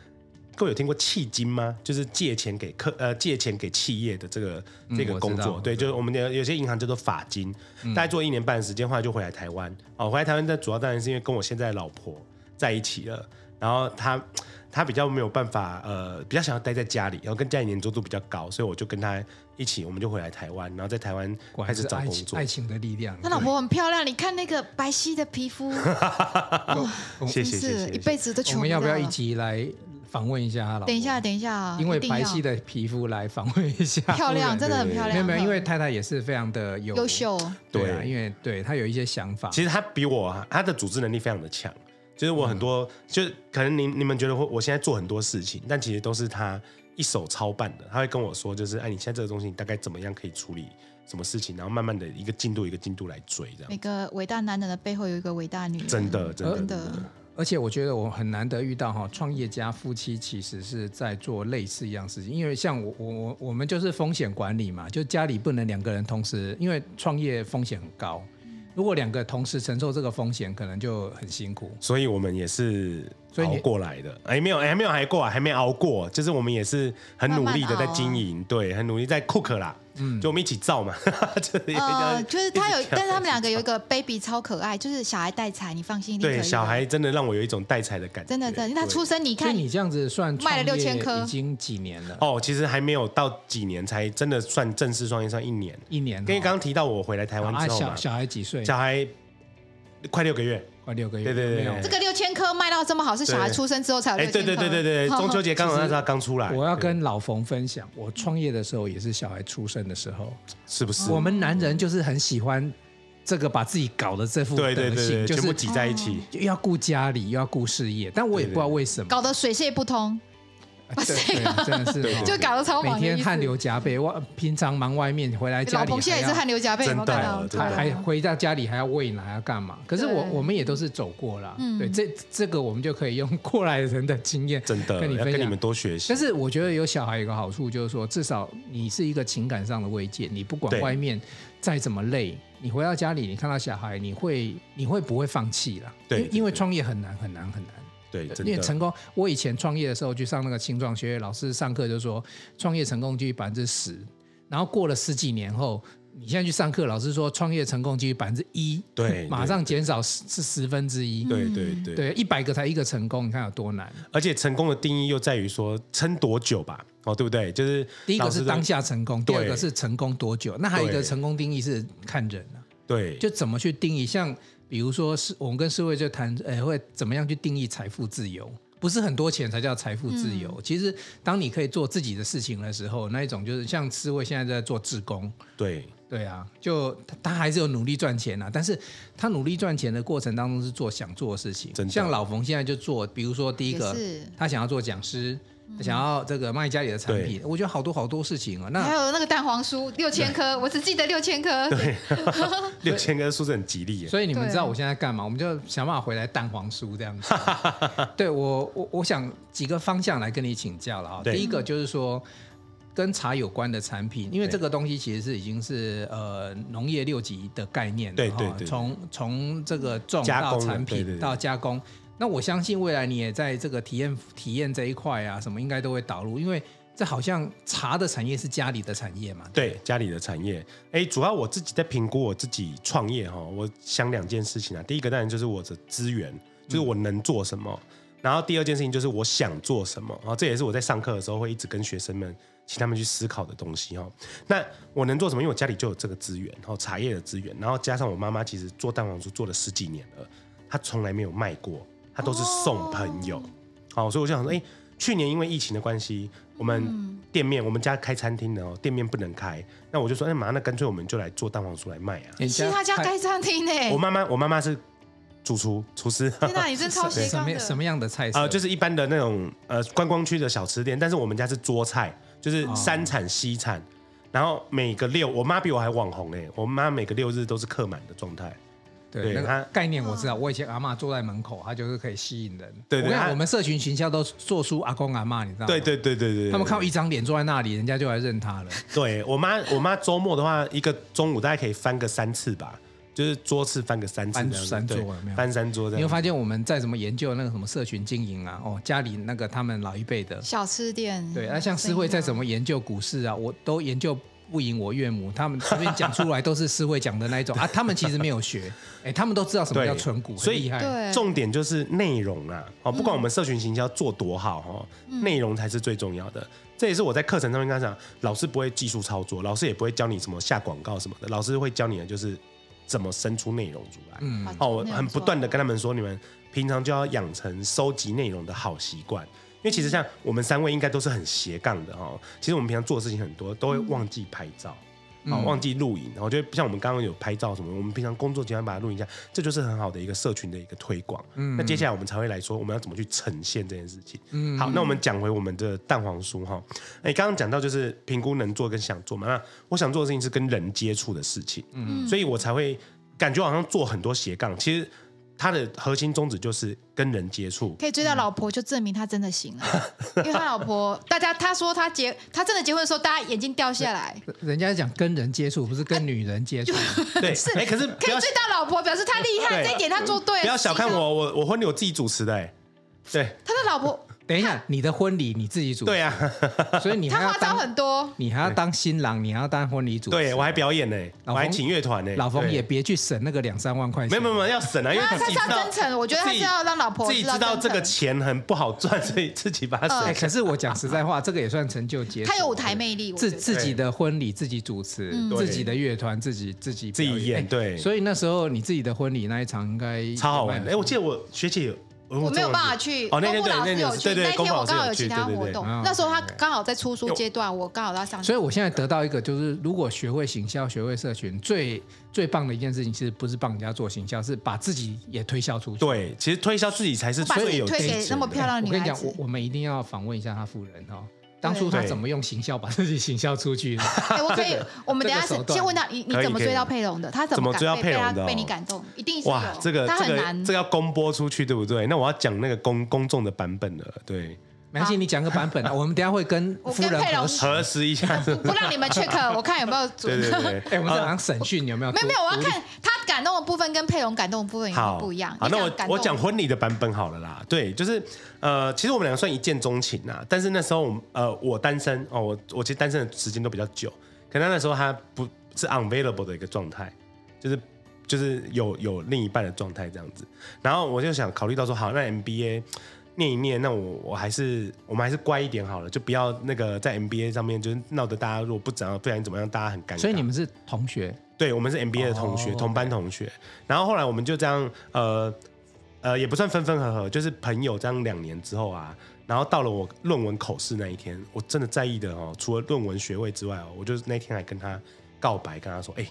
Speaker 2: 各位有听过契金吗？就是借钱给客呃借钱给企业的这个
Speaker 3: 嗯
Speaker 2: 这个
Speaker 3: 我知道嗯
Speaker 2: 工作，
Speaker 3: 我
Speaker 2: 对，就是我们的有些银行叫做法金，大概做一年半的时间，后来就回来台湾。哦，回来台湾的主要当然是因为跟我现在的老婆在一起了，然后她她比较没有办法，呃，比较想要待在家里，然后跟家里粘着度比较高，所以我就跟她一起，我们就回来台湾，然后在台湾
Speaker 3: 果
Speaker 2: 开
Speaker 3: 然
Speaker 2: 始
Speaker 3: 是
Speaker 2: 找
Speaker 3: 爱
Speaker 2: 工
Speaker 3: 情，
Speaker 2: 作
Speaker 3: 爱。情的力量。
Speaker 1: 他老婆很漂亮，你看那个白皙的皮
Speaker 3: <laughs>
Speaker 1: 肤，
Speaker 2: 谢
Speaker 1: 真
Speaker 2: 谢谢
Speaker 1: 是
Speaker 2: 谢
Speaker 1: 一
Speaker 2: 谢谢。
Speaker 1: 辈子都
Speaker 3: 对
Speaker 1: 求
Speaker 3: 我们要不
Speaker 1: 到
Speaker 3: 要一
Speaker 1: 了
Speaker 3: 起来访问一下他老婆？
Speaker 1: 等一下，等一下啊，
Speaker 3: 因为
Speaker 1: 一定要
Speaker 3: 白皙的皮肤来访问一下，
Speaker 1: 漂亮，真的很
Speaker 2: 对
Speaker 1: 漂
Speaker 3: 没有
Speaker 1: 亮，
Speaker 3: 没有，因为
Speaker 1: 嗯
Speaker 3: 太太也是非常的有
Speaker 1: 优，秀哦，
Speaker 3: 对啊，
Speaker 2: 对
Speaker 3: 因为对她有一些想法，
Speaker 2: 其实她比我啊她的组织能力非常的强，就是我很多、
Speaker 3: 嗯
Speaker 2: 就是可能你你们觉得我我现在做很多事情，但其实都是她一手操办的。她会跟我说，就是哎，你现在这个东西你大概怎么样可以处理什么事情，然后慢慢的一个进度一个进度来追这样
Speaker 1: 每。个伟大男人的背后有一个伟大女人，
Speaker 2: 真的真的
Speaker 3: 呃
Speaker 1: 真
Speaker 2: 真的
Speaker 1: 的，
Speaker 3: 而且我觉得我很难得遇到哈，创业家夫妻其实是在做类似一样事情，因为像我我我我们就是风险管理嘛，就家里不能两个人同时，因为创业风险很高，如果两个同时承受这个风险，可能就很辛苦。
Speaker 2: 所以我们也是
Speaker 3: 所以
Speaker 2: 熬
Speaker 3: 你
Speaker 2: 过来的。哎，没有，哎，还没有还过来，还没熬过，就是我们也是很努力
Speaker 1: 慢
Speaker 2: 的
Speaker 1: 慢熬
Speaker 2: 在
Speaker 1: 啊
Speaker 2: 经营，对，很努力在 cook 啦，嗯，就我们一起造嘛， <laughs> 就是一定要
Speaker 1: 呃，就是他有
Speaker 2: 一直，跳
Speaker 1: 但是他们两个有一个 baby 超可爱，就是小孩带财，你放心，一定可以
Speaker 2: 对
Speaker 1: 的
Speaker 2: 小孩真的让我有一种带财的感觉，
Speaker 1: 真的真的，因为他
Speaker 2: 对
Speaker 1: 出生你
Speaker 3: 所以
Speaker 1: 看，
Speaker 3: 你这样子算
Speaker 1: 卖了
Speaker 3: 创业
Speaker 1: 6000颗
Speaker 3: 已经几年了？
Speaker 2: 哦，其实还没有到几年才真的算正式创业，算一年。
Speaker 3: 一年哦。
Speaker 2: 跟你刚刚提到我回来台湾
Speaker 3: 啊，
Speaker 2: 之后嘛
Speaker 3: 小，小孩几岁？
Speaker 2: 小孩快六个月，
Speaker 3: 快六个月。
Speaker 2: 对对对
Speaker 3: 没有
Speaker 2: 对
Speaker 1: 这个六千颗卖到这么好，是小孩
Speaker 2: 对
Speaker 1: 出生之后才有
Speaker 2: 哎，
Speaker 1: 六
Speaker 2: 对
Speaker 1: 千颗。
Speaker 2: 对对对对，中秋节刚好那时候他刚出来，
Speaker 3: 我要
Speaker 2: 对
Speaker 3: 跟老冯分享，我创业的时候也是小孩出生的时候。
Speaker 2: 是不是
Speaker 3: 我？们男人就是很喜欢这个，把自己搞的这副德
Speaker 2: 对
Speaker 3: 性，
Speaker 2: 对对对，
Speaker 3: 就
Speaker 2: 全部
Speaker 3: 是
Speaker 2: 挤在一起，
Speaker 3: 又要顾家里，又要顾事业。但我也
Speaker 2: 对对
Speaker 3: 不知道为什么，
Speaker 1: 搞得水泄不通，
Speaker 3: 啊对对真的是
Speaker 2: 对对
Speaker 3: 哦
Speaker 1: 就搞得超忙的
Speaker 3: 每天
Speaker 1: 意思
Speaker 3: 汗流浃背，外平常忙外面回来家
Speaker 1: 老
Speaker 3: 里
Speaker 1: 彭现在也
Speaker 3: 还
Speaker 1: 是
Speaker 3: 要
Speaker 1: 汗流浃背，有没有
Speaker 2: 真
Speaker 1: 看
Speaker 2: 的
Speaker 1: 到？
Speaker 2: 真
Speaker 3: 还
Speaker 2: 的
Speaker 3: 还回到家里还要喂奶，还要干嘛？可是我
Speaker 1: 对
Speaker 3: 我们也都是走过啦，
Speaker 1: 嗯
Speaker 3: 对，这这个我们就可以用过来人的经验
Speaker 2: 真的
Speaker 3: 跟你
Speaker 2: 要
Speaker 3: 分
Speaker 2: 跟你
Speaker 3: 享
Speaker 2: 们。多学习
Speaker 3: 但。是我觉得有小孩有个好处，就是说至少你是一个情感上的慰藉，你不管
Speaker 2: 对
Speaker 3: 外面再怎么累，你回到家里，你看到小孩，你会你会不会放弃啦？
Speaker 2: 对
Speaker 3: 因为
Speaker 2: 对
Speaker 3: 因为
Speaker 2: 对
Speaker 3: 创业很难很难很难。
Speaker 2: 对，真
Speaker 3: 因为
Speaker 2: 的
Speaker 3: 成功，我以前创业的时候去上那个青创学院，老师上课就说创业成功几率百分之十，然后过了十几年后，你现在去上课，老师说创业成功几率百分之一，
Speaker 2: 对
Speaker 3: 马上减少十是十分之一，
Speaker 2: 对
Speaker 1: 嗯
Speaker 2: 对对。
Speaker 3: 对，一百个才一个成功，你看有多难。
Speaker 2: 而且成功的定义又在于说撑多久吧，哦，对不对？就是
Speaker 3: 第一个是
Speaker 2: 老
Speaker 3: 当
Speaker 2: 师
Speaker 3: 下成功，第
Speaker 2: 对
Speaker 3: 二个是成功多久。那还有一个
Speaker 2: 对
Speaker 3: 成功定义是看人啊，
Speaker 2: 对，
Speaker 3: 就怎么去定义。像比如说是我们跟社会就谈，呃，会怎么样去定义财富自由？不是很多钱才叫财富自由。
Speaker 1: 嗯
Speaker 3: 其实当你可以做自己的事情的时候，那一种就是像思慧现在在做志工，
Speaker 2: 对
Speaker 3: 对啊，就他他还是有努力赚钱啊，但是他努力赚钱的过程当中是做想做的事情
Speaker 2: 真。的
Speaker 3: 像老冯现在就做，比如说第一个
Speaker 1: 也是，
Speaker 3: 他想要做讲师，他想要这个卖家里的产品，我觉得好多好多事情啊。
Speaker 1: 还
Speaker 3: 那
Speaker 1: 有那个蛋黄酥六千颗，我只记得六千颗。
Speaker 2: 六千个数字很吉利耶，
Speaker 3: 所以你们
Speaker 1: 对
Speaker 3: 知道我现在干嘛？我们就想办法回来蛋黄酥这
Speaker 2: <laughs>
Speaker 3: 样子。对我，我我想几个方向来跟你请教了啊。
Speaker 2: 对
Speaker 3: 第一个就是说。跟茶有关的产品，因为
Speaker 2: 对
Speaker 3: 这个东西其实是已经是呃农业六级的概念了
Speaker 2: 对
Speaker 3: 哈
Speaker 2: 对对
Speaker 3: 从从这个种
Speaker 2: 加
Speaker 3: 到
Speaker 2: 工了
Speaker 3: 产
Speaker 2: 对对
Speaker 3: 品
Speaker 2: 对
Speaker 3: 到加工，那我相信未来你也在这个体验体验这一块啊，什么应该都会导入，因为这好像茶的产业是家里的产业嘛，
Speaker 2: 对家里的产业，哎，主要我自己在评估我自己创业哈、我想两件事情啊。第一个当然就是我的资源，
Speaker 3: 嗯
Speaker 2: 就是我能做什么；然后第二件事情就是我想做什么。啊、这也是我在上课的时候会一直跟学生们请他们去思考的东西哈、那我能做什么？因为我家里就有这个资源，然、后茶叶的资源，然后加上我妈妈其实做蛋黄酥做了十几年了，她从来没有卖过，她都是送朋友。好、所以我就想说，哎、去年因为疫情的关系，我们店面、我们家开餐厅的哦，店面不能开，那我就说，哎、妈，那干脆我们就来做蛋黄酥来卖啊。
Speaker 3: 人
Speaker 1: 其实他家该餐厅呢，
Speaker 2: 我妈妈，我妈妈是主厨、厨师。 <laughs>
Speaker 1: 天哪，你真超斜
Speaker 3: 什
Speaker 1: 杠
Speaker 3: 么什
Speaker 1: 的！
Speaker 3: 么样的菜色？
Speaker 2: 啊，就是一般的那种呃观光区的小吃店，但是我们家是桌菜，就是三产西产，然后每个六，我妈比我还网红哎、我妈每个六日都是客满的状态，对
Speaker 3: 对那
Speaker 2: 它
Speaker 3: 个概念我知道。我以前阿嬷坐在门口，她就是可以吸引人。
Speaker 2: 对对
Speaker 3: 我跟你
Speaker 2: 它
Speaker 3: 讲我们社群行销都做出阿公阿嬷，你知道吗？
Speaker 2: 对对对对对对，
Speaker 3: 啊他们看到一张脸坐在那里，人家就来认他了。
Speaker 2: 对我妈，我妈周末的话，一个中午大概可以翻个三次吧，就是桌次翻个三次
Speaker 3: 翻
Speaker 2: 这样子，
Speaker 3: 三桌
Speaker 2: 对
Speaker 3: 有没有
Speaker 2: 翻三桌这
Speaker 3: 你会
Speaker 2: 样。
Speaker 3: 发现，我们在什么研究那个什么社群经营啊，哦，家里那个他们老一辈的，
Speaker 1: 小吃店，
Speaker 3: 对，啊那像思慧在怎么研究股市啊，我都研究不赢我岳母，他们随便讲出来都是思慧讲的那一种啊，他们其实没
Speaker 2: <laughs>
Speaker 3: 有学，哎，他们都知道什么
Speaker 2: 对
Speaker 3: 叫存股，
Speaker 2: 所以
Speaker 3: 很厉害。
Speaker 1: 对
Speaker 2: 重哦点就是内容啊，哦，不管我们社群行销做多好哈、哦，内容才是最重要的。这也是我在课程上面跟他讲，老师不会技术操作，老师也不会教你什么下广告什么的，老师会教你的就是怎么生出内容出来。
Speaker 3: 嗯
Speaker 1: 好
Speaker 2: 哦，我
Speaker 1: 没有
Speaker 2: 很
Speaker 1: 错
Speaker 2: 不断的跟他们说，你们平常就要养成收集内容的好习惯。因为其实像我们三位应该都是很斜杠的哈、哦，其实我们平常做的事情很多，
Speaker 1: 嗯
Speaker 2: 都会忘记拍照，哦，忘记录影，然、后就像我们刚刚有拍照什么，我们平常工作喜欢把它录影一下，这就是很好的一个社群的一个推广。那接下来我们才会来说我们要怎么去呈现这件事情。好，那我们讲回我们的蛋黄酥哈，哎，刚刚讲到就是评估能做跟想做嘛，那我想做的事情是跟人接触的事情，嗯，所以我才会感觉好像做很多斜杠，其实它的核心宗旨就是跟人
Speaker 1: <laughs>
Speaker 2: 接触。
Speaker 1: 可以追到老婆，就证明他真的行了。
Speaker 2: <laughs>
Speaker 1: 因为他老婆，大家他说他结，他真的结婚的时候，大家眼睛掉下来，
Speaker 3: 人家讲跟人接触，不是跟女人接触。
Speaker 2: 对，
Speaker 1: 是
Speaker 2: 哎，可是
Speaker 1: 可
Speaker 2: 不
Speaker 1: 以
Speaker 2: 要
Speaker 1: 追到老婆，表示他厉害，
Speaker 2: 对
Speaker 1: 这一点他做对了。
Speaker 2: 不要小看
Speaker 1: 其实
Speaker 2: 我，我我婚礼我自己主持的，哎，对
Speaker 1: 他的老婆，
Speaker 3: 等一下，你的婚礼你自己主持，
Speaker 2: 对啊，
Speaker 3: <laughs> 所以你还
Speaker 1: 他
Speaker 3: 要
Speaker 1: 花招
Speaker 3: 当
Speaker 1: 很多。
Speaker 3: 你还要当新郎，你还要当婚礼主持，
Speaker 2: <laughs> 对我还表演呢，我
Speaker 3: 老冯
Speaker 2: 还请乐团呢，
Speaker 3: 老冯
Speaker 2: 对
Speaker 3: 也别去省那个两三万块
Speaker 2: 没
Speaker 3: 钱，
Speaker 2: 有没有没有要省啊，因为
Speaker 1: 他
Speaker 2: 自
Speaker 1: 是
Speaker 2: 己
Speaker 1: 要
Speaker 2: 知道
Speaker 1: 真诚，我觉得他
Speaker 2: 自
Speaker 1: 是
Speaker 2: 己
Speaker 1: 要让老婆
Speaker 2: 自己知道
Speaker 1: 真
Speaker 2: 这个
Speaker 1: 诚嗯
Speaker 2: 钱很不好赚， <laughs> 所以自己把它省
Speaker 3: 哎，可是我讲实在话，这个也算成就解锁。
Speaker 1: 他有舞台魅力，我觉
Speaker 3: 自
Speaker 1: 得嗯
Speaker 3: 自己的婚礼自己主持，
Speaker 2: 对
Speaker 3: 自己的乐团自己自己
Speaker 2: 自己
Speaker 3: 表哎
Speaker 2: 演，对，
Speaker 3: 所以那时候你自己的婚礼那一场应该
Speaker 2: 超好玩
Speaker 3: 也
Speaker 2: 的。
Speaker 3: 蛮
Speaker 2: 哎，我记得我学姐有，
Speaker 1: 我
Speaker 2: 我
Speaker 1: 没有办法去。
Speaker 2: 哦，那天
Speaker 1: 公
Speaker 2: 对
Speaker 1: 布老
Speaker 2: 那
Speaker 1: 师
Speaker 2: 天
Speaker 1: 有
Speaker 2: 有
Speaker 1: 去，
Speaker 2: 对对
Speaker 1: 那
Speaker 2: 公布
Speaker 1: 天我
Speaker 2: 老师
Speaker 1: 刚好
Speaker 2: 有
Speaker 1: 其
Speaker 2: 去
Speaker 1: 他
Speaker 2: 对对
Speaker 1: 活
Speaker 2: 对嗯
Speaker 1: 动
Speaker 3: 啊，
Speaker 1: 那时候他刚好在出书阶段，我刚好要上。
Speaker 3: 所以我现在得到一个就是，如果学会行销、学会社群，最最棒的一件事情，其实不是帮人家做行销，是把自己也推销出去。
Speaker 2: 对，其实推销自己才是
Speaker 1: 我把自
Speaker 2: 最
Speaker 1: 己
Speaker 2: 有
Speaker 1: 推
Speaker 2: 价值
Speaker 1: 给
Speaker 2: 的
Speaker 1: 那么漂亮的
Speaker 3: 我
Speaker 1: 女
Speaker 3: 跟你
Speaker 1: 孩
Speaker 3: 讲，
Speaker 1: 子
Speaker 3: 我，我们一定要访问一下他夫人哦，当初他
Speaker 2: 对
Speaker 3: 怎么用行销把自己行销出去的？
Speaker 1: 哎，我可以，我们等一下
Speaker 3: 这个手段
Speaker 1: 先问他，你你
Speaker 2: 可以
Speaker 1: 怎么
Speaker 2: 可以
Speaker 1: 追到佩蓉的？他
Speaker 2: 怎么
Speaker 1: 感
Speaker 2: 追到
Speaker 1: 被
Speaker 2: 佩
Speaker 1: 被
Speaker 2: 蓉
Speaker 1: 他
Speaker 2: 的哦
Speaker 1: 被你感动？一定是
Speaker 2: 哇，
Speaker 1: 有
Speaker 2: 这个
Speaker 1: 他
Speaker 2: 这
Speaker 1: 很
Speaker 2: 个
Speaker 1: 难
Speaker 2: 这个。要公播出去，对不对？那我要讲那个公公众的版本了，对，
Speaker 3: 没关系，你讲个版本啊，我们等一下会跟
Speaker 1: 我
Speaker 3: 夫
Speaker 1: 跟
Speaker 3: 人
Speaker 1: 佩蓉
Speaker 3: 核实。
Speaker 2: 核实
Speaker 1: <laughs>
Speaker 2: 一下，对
Speaker 1: 不让你们 check，我看有没有准。
Speaker 2: <laughs> 对对
Speaker 3: 哎，我们这好
Speaker 2: 啊
Speaker 3: 像审讯有没有？
Speaker 1: 没有没有，我要
Speaker 3: 独立
Speaker 1: 看他感动的部分跟佩蓉感动的部分有没有
Speaker 2: 好
Speaker 1: 不一样。
Speaker 2: 好，
Speaker 1: 你
Speaker 2: 那我
Speaker 1: 感动
Speaker 2: 我讲婚礼的版本好了啦。对，就是呃，其实我们两个算一见钟情啊，但是那时候我们呃，我单身哦，我我其实单身的时间都比较久，可能那时候他不是 unavailable 的一个状态，就是就是有有另一半的状态这样子。然后我就想考虑到说，好，那 MBA 念一念，那我我还是我们还是乖一点好了，就不要那个在 MBA 上面就是闹得大家如果不怎样，不然怎么样，大家很尴尬。
Speaker 3: 所以你们是同学，
Speaker 2: 对，我们是 MBA 的同学，
Speaker 3: 哦
Speaker 2: 同班同学。然后后来我们就这样，呃呃，也不算分分合合，就是朋友这样两年之后啊，然后到了我论文口试那一天，我真的在意的哦，除了论文学位之外哦，我就是那天还跟他告白，跟他说，哎、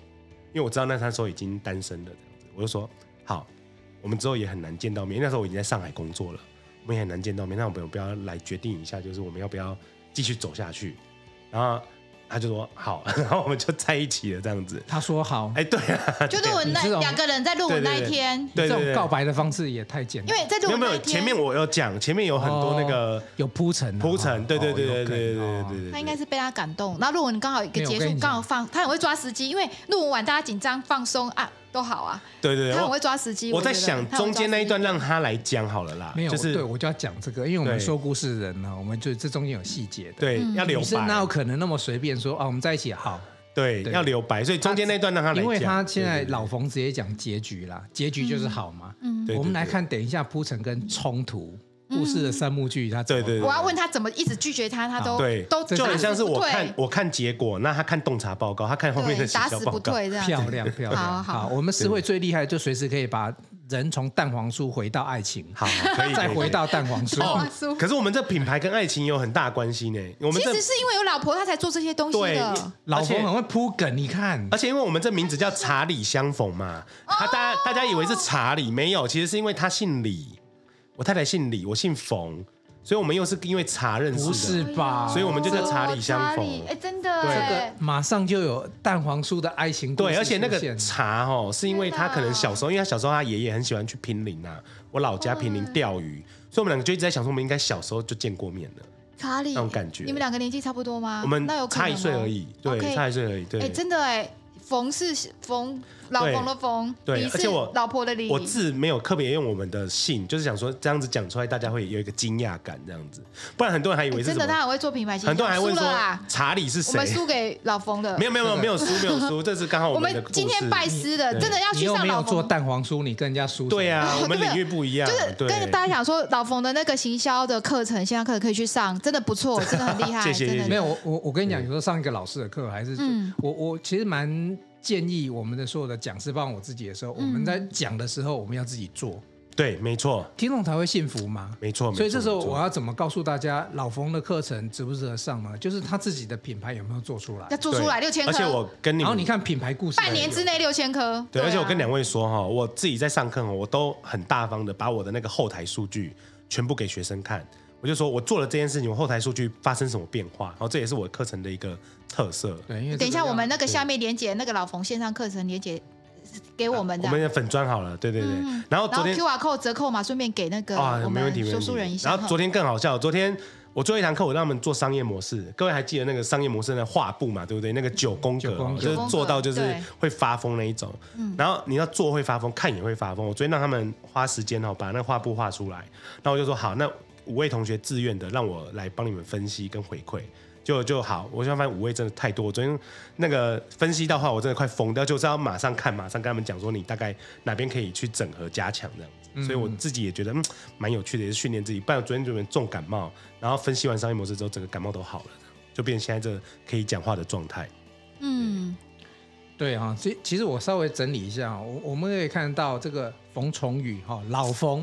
Speaker 2: 因为我知道那那时候已经单身了，这样子，我就说好，我们之后也很难见到面，因为那时候我已经在上海工作了，我们也很难见到面，那我们要不要来决定一下，就是我们要不要继续走下去？然后他就说好， <laughs> 然后我们就在一起了，这样子。
Speaker 3: 他说好，
Speaker 2: 哎，对啊，
Speaker 1: 就论文那
Speaker 3: 你这种
Speaker 1: 两个人在论文那
Speaker 2: 对对
Speaker 1: 一
Speaker 2: 对
Speaker 1: 天，
Speaker 2: 对
Speaker 3: 这
Speaker 2: 对对
Speaker 3: 种告白的方式也太简单
Speaker 1: 因
Speaker 3: 了。
Speaker 1: 为在
Speaker 2: 没
Speaker 1: 论文
Speaker 2: 有没
Speaker 1: 那
Speaker 2: 有，
Speaker 1: 一天，
Speaker 2: 前面我有讲，前面有很多那个
Speaker 3: 有铺陈啊，
Speaker 2: 铺陈，对对
Speaker 3: 哦
Speaker 2: 对对对
Speaker 3: 有梗
Speaker 2: 对对
Speaker 3: 哦
Speaker 2: 对对，
Speaker 1: 他应该是被他感动，然后论文刚好一个结
Speaker 3: 没有我跟
Speaker 1: 束，
Speaker 3: 你讲
Speaker 1: 刚好放，他很会抓时机，因为论文完大家紧张放松啊都好啊，
Speaker 2: 对对
Speaker 1: 他
Speaker 2: 对。
Speaker 1: 很
Speaker 2: 我
Speaker 1: 会抓时机。
Speaker 2: 我在
Speaker 1: 觉得
Speaker 2: 想
Speaker 1: 他很会
Speaker 2: 中间
Speaker 1: 抓
Speaker 2: 那
Speaker 1: 时
Speaker 2: 一
Speaker 1: 机
Speaker 2: 段让他来讲好了啦，
Speaker 3: 没有，
Speaker 2: 就是
Speaker 3: 对我就要讲这个，因为我们
Speaker 2: 对
Speaker 3: 说故事人呢，我们就这中间有细节的。，
Speaker 1: 嗯
Speaker 2: 对要留
Speaker 3: 女生
Speaker 2: 白，
Speaker 3: 哪有可能那么随便说啊？我们在一起好，
Speaker 2: 对
Speaker 3: 对
Speaker 2: 要留白，所以中间那一段让他来讲，
Speaker 3: 因为他现在
Speaker 2: 对对对
Speaker 3: 老冯直接讲结局啦，结局就是好嘛。
Speaker 1: 嗯
Speaker 2: 对对
Speaker 3: 我们来看，等一下铺陈跟冲突故事的三幕剧，他怎么
Speaker 2: 对对啊
Speaker 1: 我要问他怎么一直拒绝他，他都
Speaker 2: 对，
Speaker 1: 都
Speaker 2: 就
Speaker 1: 打
Speaker 2: 很
Speaker 1: 死
Speaker 2: 像是
Speaker 1: 不
Speaker 2: 我
Speaker 1: 退
Speaker 2: 看我看结果，那他看洞察报告，他看后面的
Speaker 1: 对
Speaker 2: 行
Speaker 1: 打
Speaker 2: 销
Speaker 1: 死
Speaker 2: 报
Speaker 1: 不
Speaker 2: 告，
Speaker 1: 退这样子。
Speaker 3: 漂亮漂亮。
Speaker 1: 好好
Speaker 3: 我们是会最厉害，就随时可以把人从蛋黄酥回到爱情，
Speaker 1: <laughs>
Speaker 2: 好，可以
Speaker 3: 再
Speaker 2: 可以
Speaker 3: 回
Speaker 2: 可以
Speaker 3: 到蛋黄酥。
Speaker 1: 蛋黄
Speaker 2: 哦
Speaker 1: 酥
Speaker 2: 可是我们这品牌跟爱情有很大关系呢。我们
Speaker 1: 其
Speaker 2: 这
Speaker 1: 实是因为有老婆，他才做这些东西
Speaker 2: 对
Speaker 1: 的。
Speaker 3: 老
Speaker 2: 而且
Speaker 3: 婆很会铺梗，你看
Speaker 2: 而，且因为我们这名字叫茶里相逢嘛，
Speaker 1: 哦
Speaker 2: 他大家大家以为是茶里，没有，其实是因为他姓李，我太太姓李，我姓冯，所以我们又是因为茶认识的。
Speaker 3: 不是吧？
Speaker 2: 所以我们就叫茶里
Speaker 1: 哦
Speaker 2: 相逢
Speaker 1: 茶里哎，真的
Speaker 2: 对
Speaker 1: 哎，
Speaker 3: 马上就有蛋黄酥的爱情故事
Speaker 2: 对，而且那
Speaker 3: 出
Speaker 2: 个
Speaker 3: 现
Speaker 2: 茶哦，是因为
Speaker 1: 天
Speaker 2: 他
Speaker 1: 哪
Speaker 2: 可能小时候，因为他小时候他爷爷很喜欢去平林啊，我老家平林钓鱼，
Speaker 1: 嗯
Speaker 2: 所以我们两个就一直在想说，我们应该小时候就见过面的，
Speaker 1: 查理
Speaker 2: 那种感觉
Speaker 1: 你们两个年纪差不多吗？
Speaker 2: 我们
Speaker 1: 啊那有可能
Speaker 2: 差一岁
Speaker 1: 哦
Speaker 2: 而已，对
Speaker 1: OK
Speaker 2: 差一岁而已，对。
Speaker 1: 哎，真的哎，冯是冯，老
Speaker 2: 对
Speaker 1: 冯的冯，
Speaker 2: 对
Speaker 1: 李
Speaker 2: 而且
Speaker 1: 是
Speaker 2: 我
Speaker 1: 老婆的李，
Speaker 2: 我字没有特别用我们的姓，就是想说这样子讲出来，大家会有一个惊讶感，这样子，不然很多人还以为
Speaker 1: 哎
Speaker 2: 是
Speaker 1: 真
Speaker 2: 什
Speaker 1: 的他
Speaker 2: 么，
Speaker 1: 很会做品牌形象，
Speaker 2: 很多人还问
Speaker 1: 输
Speaker 2: 说
Speaker 1: 了啦，
Speaker 2: 查理是
Speaker 1: 我们
Speaker 2: 谁？
Speaker 1: 输给老冯的
Speaker 2: 没。有没有没有没有输没有
Speaker 1: <laughs>
Speaker 2: 输，这是刚好
Speaker 1: 我
Speaker 2: 们的
Speaker 1: 们
Speaker 2: 故事
Speaker 1: 今天拜师的，
Speaker 2: 对
Speaker 1: 真的要
Speaker 3: 你
Speaker 1: 去
Speaker 3: 又
Speaker 1: 上
Speaker 3: 没
Speaker 1: 老
Speaker 3: 有做
Speaker 1: 冯
Speaker 3: 蛋黄酥，你跟人家输
Speaker 2: 对
Speaker 3: 呀、
Speaker 2: 啊，我
Speaker 1: <laughs>
Speaker 2: 们
Speaker 1: 对
Speaker 2: 领域不一样，
Speaker 1: 就是
Speaker 2: 对
Speaker 1: 跟大家讲说，老冯的那个行销的课程、线上课程可以去上，真的不错，真的很厉害，
Speaker 2: <laughs> 谢谢
Speaker 1: 真的
Speaker 2: 谢谢
Speaker 3: 没有，我我我跟你讲，有时候上一个老师的课，还是、
Speaker 1: 嗯
Speaker 3: 我我其实蛮建议我们的所有的讲师，包括我自己的时候，我们在讲的时候，我们要自己做，
Speaker 2: 对，没错
Speaker 3: 听众才会信服嘛。
Speaker 2: 没错，
Speaker 3: 所以
Speaker 2: 没错
Speaker 3: 这时候
Speaker 2: 没错
Speaker 3: 我要怎么告诉大家，老冯的课程值不值得上呢？就是他自己的品牌有没有做出来
Speaker 1: 要，做出来
Speaker 2: 对
Speaker 1: 六千颗，
Speaker 2: 而且我跟你
Speaker 3: 然后
Speaker 2: 们
Speaker 3: 你看品牌故事的有，
Speaker 1: 半年之内六千颗，
Speaker 2: 对，
Speaker 1: 啊
Speaker 2: 而且我跟两位说哈，我自己在上课哦，我都很大方的把我的那个后台数据全部给学生看。我就说我做了这件事情，我后台数据发生什么变化，然后这也是我课程的一个特色。
Speaker 3: 对，因为这个
Speaker 1: 等一下
Speaker 3: 要
Speaker 1: 我们那个下面连接那个老冯线上课程连接给我们
Speaker 2: 我
Speaker 1: 的，
Speaker 2: 们的粉砖好了，对对对。
Speaker 1: 嗯
Speaker 2: 然后昨
Speaker 1: 然后
Speaker 2: 天
Speaker 1: Q R code 折扣嘛，顺便给那个
Speaker 2: 啊，
Speaker 1: 我
Speaker 2: 没问题，
Speaker 1: 们
Speaker 2: 没
Speaker 1: 说
Speaker 2: 问
Speaker 1: 书人一
Speaker 2: 题。
Speaker 1: 下
Speaker 2: 然
Speaker 1: 哈。
Speaker 2: 后昨天更好笑，昨天我最后一堂课，我让他们做商业模式。各位还记得那个商业模式的画布嘛？对不对？那个九宫格
Speaker 3: 九宫
Speaker 2: 哦，
Speaker 3: 格
Speaker 2: 就是做到就是
Speaker 1: 九宫格
Speaker 2: 会发疯那一种。
Speaker 1: 嗯
Speaker 2: 然后你要做会发疯，看也会发疯。我昨天让他们花时间哦，把那个画布画出来。然后我就说好，那五位同学自愿的让我来帮你们分析跟回馈。就就好，我现在发现五位真的太多。我昨天那个分析到话，我真的快疯掉，就是要马上看，马上跟他们讲说你大概哪边可以去整合加强这样子。所以我自己也觉得嗯蛮有趣的，也是训练自己。不然我昨天就有点重感冒，然后分析完商业模式之后，整个感冒都好了，就变成现在这可以讲话的状态。
Speaker 1: 嗯，
Speaker 3: 对哈、其其实我稍微整理一下哦，我我们可以看到这个冯崇宇哈、老冯，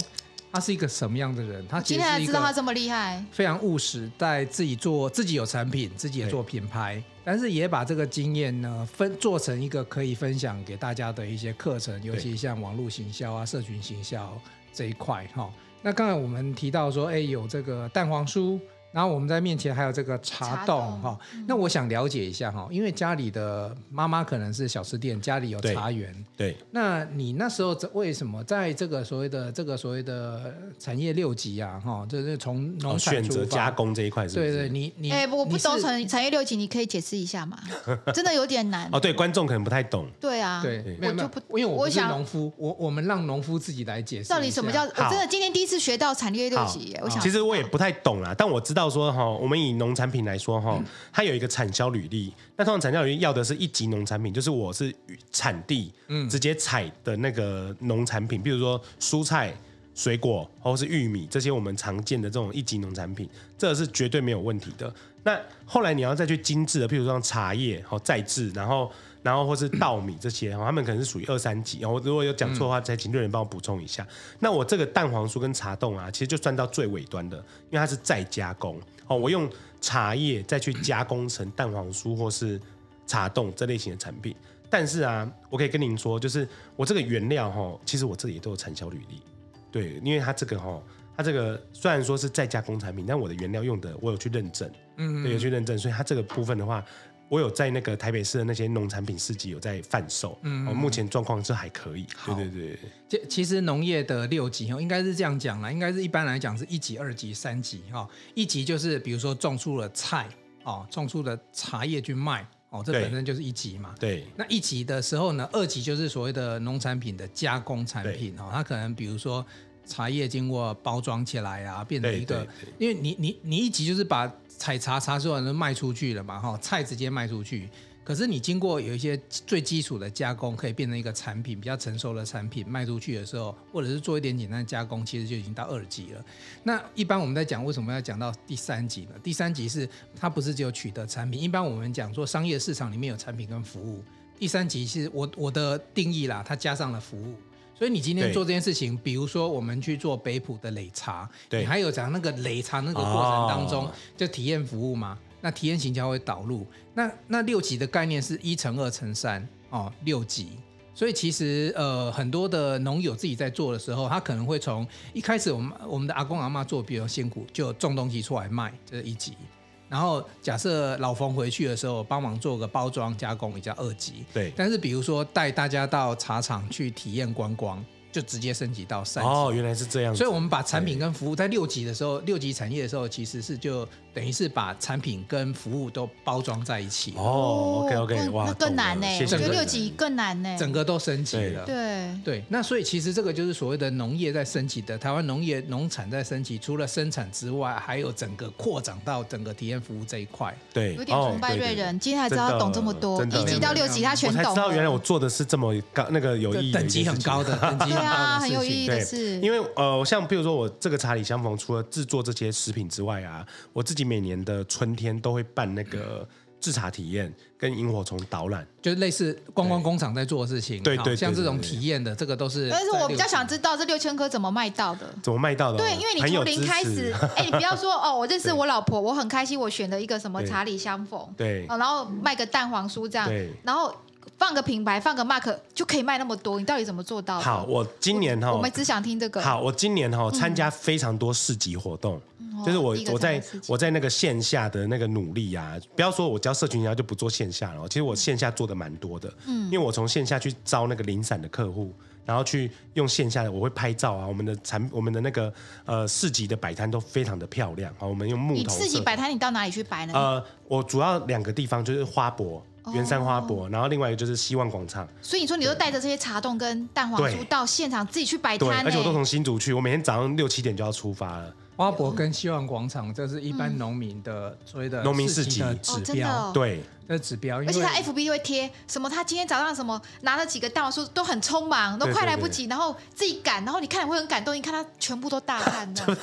Speaker 3: 他是一个什么样的人？他其
Speaker 1: 今
Speaker 3: 实
Speaker 1: 天才
Speaker 3: 是一
Speaker 1: 知道他
Speaker 3: 个
Speaker 1: 这么厉害，
Speaker 3: 非常务实，在自己做自己有产品，自己也做品牌，但是也把这个经验呢分做成一个可以分享给大家的一些课程，尤其像网络行销啊、社群行销这一块哈、那刚才我们提到说，哎，有这个蛋黄酥。然后我们在面前还有这个茶
Speaker 1: 茶
Speaker 3: 冻
Speaker 1: 冻
Speaker 3: 哈、那我想了解一下哈，因为家里的妈妈可能是小吃店，家里有
Speaker 2: 对
Speaker 3: 茶园，
Speaker 2: 对，
Speaker 3: 那你那时候在为什么在这个所谓的这个所谓的产业六级啊，哈，就是从农
Speaker 2: 哦
Speaker 3: 产
Speaker 2: 选
Speaker 3: 出发、
Speaker 2: 择加，工这一块是不
Speaker 3: 对
Speaker 2: 是？
Speaker 3: 对，你你
Speaker 1: 哎，我不
Speaker 3: 你是
Speaker 1: 懂产产业六级，你可以解释一下
Speaker 2: <laughs>
Speaker 1: 嘛？真的有点难
Speaker 2: 哦，，对，观众可能不太懂。
Speaker 1: 对啊，
Speaker 3: 对，
Speaker 2: 嗯
Speaker 3: 没有没
Speaker 1: 就
Speaker 3: 有
Speaker 1: 不，
Speaker 3: 因为我
Speaker 1: 我
Speaker 3: 不是
Speaker 1: 想
Speaker 3: 农夫，我我们让农夫自己来解释
Speaker 1: 到底什么叫？
Speaker 3: 一下
Speaker 1: 我真的今天第一次学到产业六
Speaker 2: 好
Speaker 1: 级耶，我想
Speaker 2: 其实我也不太懂啦，但我知道说哈，我们以农产品来说哈，
Speaker 1: 嗯
Speaker 2: 它有一个产销履历。那通常产销履历要的是一级农产品，就是我是产地直接采的那个农产品，比如说蔬菜、水果或是玉米这些我们常见的这种一级农产品，这是绝对没有问题的。那后来你要再去精致的，譬如说像茶叶、好再制，然后然后或是稻米这些，他们可能是属于二三级。然后如果有讲错的话，再请瑞仁帮我补充一下。那我这个蛋黄酥跟茶冻啊，其实就算到最尾端的，因为它是再加工哦，我用茶叶再去加工成蛋黄酥或是茶冻这类型的产品。但是啊，我可以跟您说，就是我这个原料哈、其实我这里也都有产销履历。对，因为它这个哈、它这个虽然说是再加工产品，但我的原料用的我有去认证，嗯对，有去认证，所以它这个部分的话，我有在那个台北市的那些农产品市集有在贩售，嗯、哦，目前状况是还可以，对
Speaker 3: 好
Speaker 2: 对对，
Speaker 3: 其其实农业的六级哦，应该是这样讲啦，应该是一般来讲是一级、二级、三级哈、一级就是比如说种出了菜哦，种出了茶叶去卖哦，这
Speaker 2: 对
Speaker 3: 本身就是一级嘛。
Speaker 2: 对
Speaker 3: 那一级的时候呢，二级就是所谓的农产品的加工产品哦，它可能比如说茶叶经过包装起来啊，变成
Speaker 2: 对
Speaker 3: 一个
Speaker 2: 对，
Speaker 3: 因为你你你一级就是把采茶茶树完就卖出去了嘛，哈，菜直接卖出去。可是你经过有一些最基础的加工，可以变成一个产品，比较成熟的产品卖出去的时候，或者是做一点简单的加工，其实就已经到二级了。那一般我们在讲为什么要讲到第三级呢？第三级是它不是只有取得产品，一般我们讲说商业市场里面有产品跟服务，第三级是我我的定义啦，它加上了服务，所以你今天
Speaker 2: 对
Speaker 3: 做这件事情，比如说我们去做北浦的擂茶，
Speaker 2: 对
Speaker 3: 你还有讲那个擂茶那个过程当中
Speaker 2: 哦，
Speaker 3: 就体验服务嘛，那体验行销会导入，那那六级的概念是一乘二乘三哦，六级。所以其实呃，很多的农友自己在做的时候，他可能会从一开始我们我们的阿公阿妈做比较辛苦，就种东西出来卖，这、是一级。然后假设老冯回去的时候，帮忙做个包装加工，也叫二级。
Speaker 2: 对
Speaker 3: 但是比如说带大家到茶厂去体验观光，就直接升级到三级。
Speaker 2: 哦，原来是这样子，
Speaker 3: 所以，我们把产品跟服务在六级的时候，六级产业的时候，其实是就等于是把产品跟服务都包装在一起，
Speaker 2: 哦，OK OK，
Speaker 1: 更
Speaker 2: 哇，
Speaker 1: 那更难呢、
Speaker 2: 呢，
Speaker 1: 我
Speaker 2: 谢谢
Speaker 1: 觉得
Speaker 3: 整个
Speaker 1: 六级更难呢、
Speaker 3: 整个都升级
Speaker 2: 对
Speaker 3: 了。
Speaker 1: 对
Speaker 3: 对，那所以其实这个就是所谓的农业在升级的，台湾农业农产在升级，除了生产之外，还有整个扩展到整个体验服务这一块。
Speaker 2: 对，
Speaker 1: 有点崇拜
Speaker 2: 哦
Speaker 1: 瑞
Speaker 2: 对对
Speaker 1: 人，今天才知道他
Speaker 2: 真的
Speaker 1: 懂这么多，
Speaker 2: 真的
Speaker 1: 一级到六级他全
Speaker 2: 我才
Speaker 1: 懂
Speaker 2: 知
Speaker 1: 了。
Speaker 2: 道原来我做的是这么高，那个有意义的
Speaker 3: 等级很高
Speaker 2: 的。 <laughs>
Speaker 3: 的，等级
Speaker 1: 对
Speaker 3: 很高的事情。
Speaker 1: 啊，很有意义的事。
Speaker 2: 因为呃，像比如说我这个茶里相逢，除了制作这些食品之外啊，我自己每年的春天都会办那个制茶体验跟萤火虫导览。
Speaker 3: 就是类似观光工厂在做的事情，
Speaker 2: 对对
Speaker 3: 好
Speaker 2: 对
Speaker 3: 像这种
Speaker 2: 对对
Speaker 3: 体验的，这个都是在
Speaker 1: 但
Speaker 3: 六
Speaker 1: 是
Speaker 3: 级。
Speaker 1: 我比较想知道这六千颗怎么卖到的。
Speaker 2: 怎么卖到的哦？
Speaker 1: 对，因为你
Speaker 2: 很有
Speaker 1: 从零
Speaker 2: 支
Speaker 1: 开
Speaker 2: 持
Speaker 1: 始，哎、你不要说哦，我认识
Speaker 2: 对
Speaker 1: 我老婆，我很开心，我选了一个什么
Speaker 2: 对
Speaker 1: 茶里相逢，
Speaker 2: 对
Speaker 1: 哦，然后卖个蛋黄酥这样
Speaker 2: 对，
Speaker 1: 然后放个品牌，放个 mark 就可以卖那么多，你到底怎么做到的？
Speaker 2: 好，我今年哈
Speaker 1: 我，们只想听这个。
Speaker 2: 好，我今年哈、参加非常多市集活动，就是我
Speaker 1: 嗯哦第一个
Speaker 2: 我在
Speaker 1: 参加市集
Speaker 2: 我在那个线下的那个努力啊，不要说我教社群营销就不做线下了哦，其实我线下做的蛮多的，嗯，因为我从线下去招那个零散的客户。然后去用线下的，我会拍照啊，我们的产我们的那个呃市集的摆摊都非常的漂亮啊，我们用木
Speaker 1: 哦你
Speaker 2: 头
Speaker 1: 自己
Speaker 2: 设
Speaker 1: 摆摊，你到哪里去摆呢？
Speaker 2: 呃，我主要两个地方就是花博，
Speaker 1: 哦
Speaker 2: 圆山花博，然后另外一个就是希望广场，
Speaker 1: 所以你说你都带着这些茶冻跟蛋黄
Speaker 2: 对
Speaker 1: 酥到现场自己去摆
Speaker 2: 对，
Speaker 1: 摊、呢？欸
Speaker 2: 而且我都从新竹去，我每天早上六七点就要出发了。
Speaker 3: 花博跟希望广场，这是一般农民的所谓的
Speaker 2: 农民市集
Speaker 1: 嗯
Speaker 3: 的
Speaker 1: 哦
Speaker 3: 指
Speaker 1: 真的
Speaker 3: 标
Speaker 1: 哦，
Speaker 2: 对，
Speaker 3: 这是指标，因
Speaker 1: 而且
Speaker 3: 为
Speaker 1: 他 FB 会贴什么？他今天早上什么拿了几个蛋黄酥，都很匆忙，都
Speaker 2: 对对
Speaker 1: 快来不及，然后自己赶，然后你看了会很感动，你看他全部都大汗
Speaker 2: <laughs>
Speaker 1: 这样。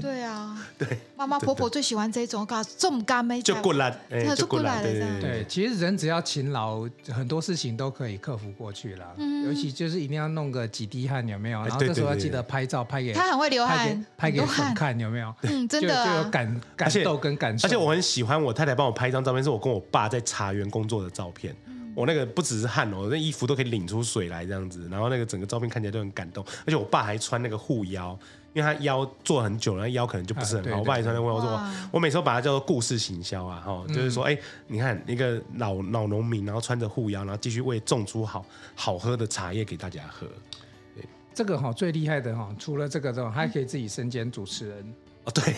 Speaker 1: 对啊，
Speaker 2: 对，
Speaker 1: 妈妈婆婆最喜欢这种，搞重干没
Speaker 2: 就过来，哎、
Speaker 1: 真的
Speaker 2: 就
Speaker 1: 就
Speaker 2: 过
Speaker 1: 过
Speaker 2: 来，
Speaker 1: 来了
Speaker 2: 对
Speaker 1: 这
Speaker 2: 对
Speaker 1: 样
Speaker 3: 对，其实人只要勤劳，很多事情都可以克服过去啦。
Speaker 1: 嗯
Speaker 3: 尤其就是一定要弄个几滴汗，有没有？然后
Speaker 2: 对
Speaker 3: 这时候
Speaker 2: 哎对
Speaker 3: 要
Speaker 2: 对
Speaker 3: 记得拍照，拍给
Speaker 1: 他很会流
Speaker 3: 拍
Speaker 1: 汗
Speaker 3: 给，拍给
Speaker 1: 流
Speaker 3: 粉
Speaker 1: 汗，
Speaker 3: 看，有没有？
Speaker 2: <laughs>
Speaker 1: 嗯，真
Speaker 3: 就
Speaker 1: 的
Speaker 3: 就有
Speaker 1: 啊。
Speaker 3: 感
Speaker 2: 而
Speaker 3: 感
Speaker 2: 且
Speaker 3: 受跟感受。
Speaker 2: 而且我很喜欢我太太帮我拍一张照片，是我跟我爸在茶园工作的照片。
Speaker 1: 嗯
Speaker 2: 我那个不只是汗哦，我那衣服都可以领出水来这样子，然后那个整个照片看起来都很感动。而且我爸还穿那个护腰，因为他腰坐很久了，腰可能就不是很好。
Speaker 3: 啊对
Speaker 2: 我爸也穿那个护腰，我说
Speaker 1: 哇
Speaker 2: 我每次都把它叫做故事行销啊，哈、
Speaker 3: 嗯
Speaker 2: 就是说，哎、你看一个老老农民，然后穿着护腰，然后继续为种出好好喝的茶叶给大家喝。
Speaker 3: 这个哈最厉害的哈，除了这个之后，还可以自己身兼主持人。
Speaker 2: 哦，对，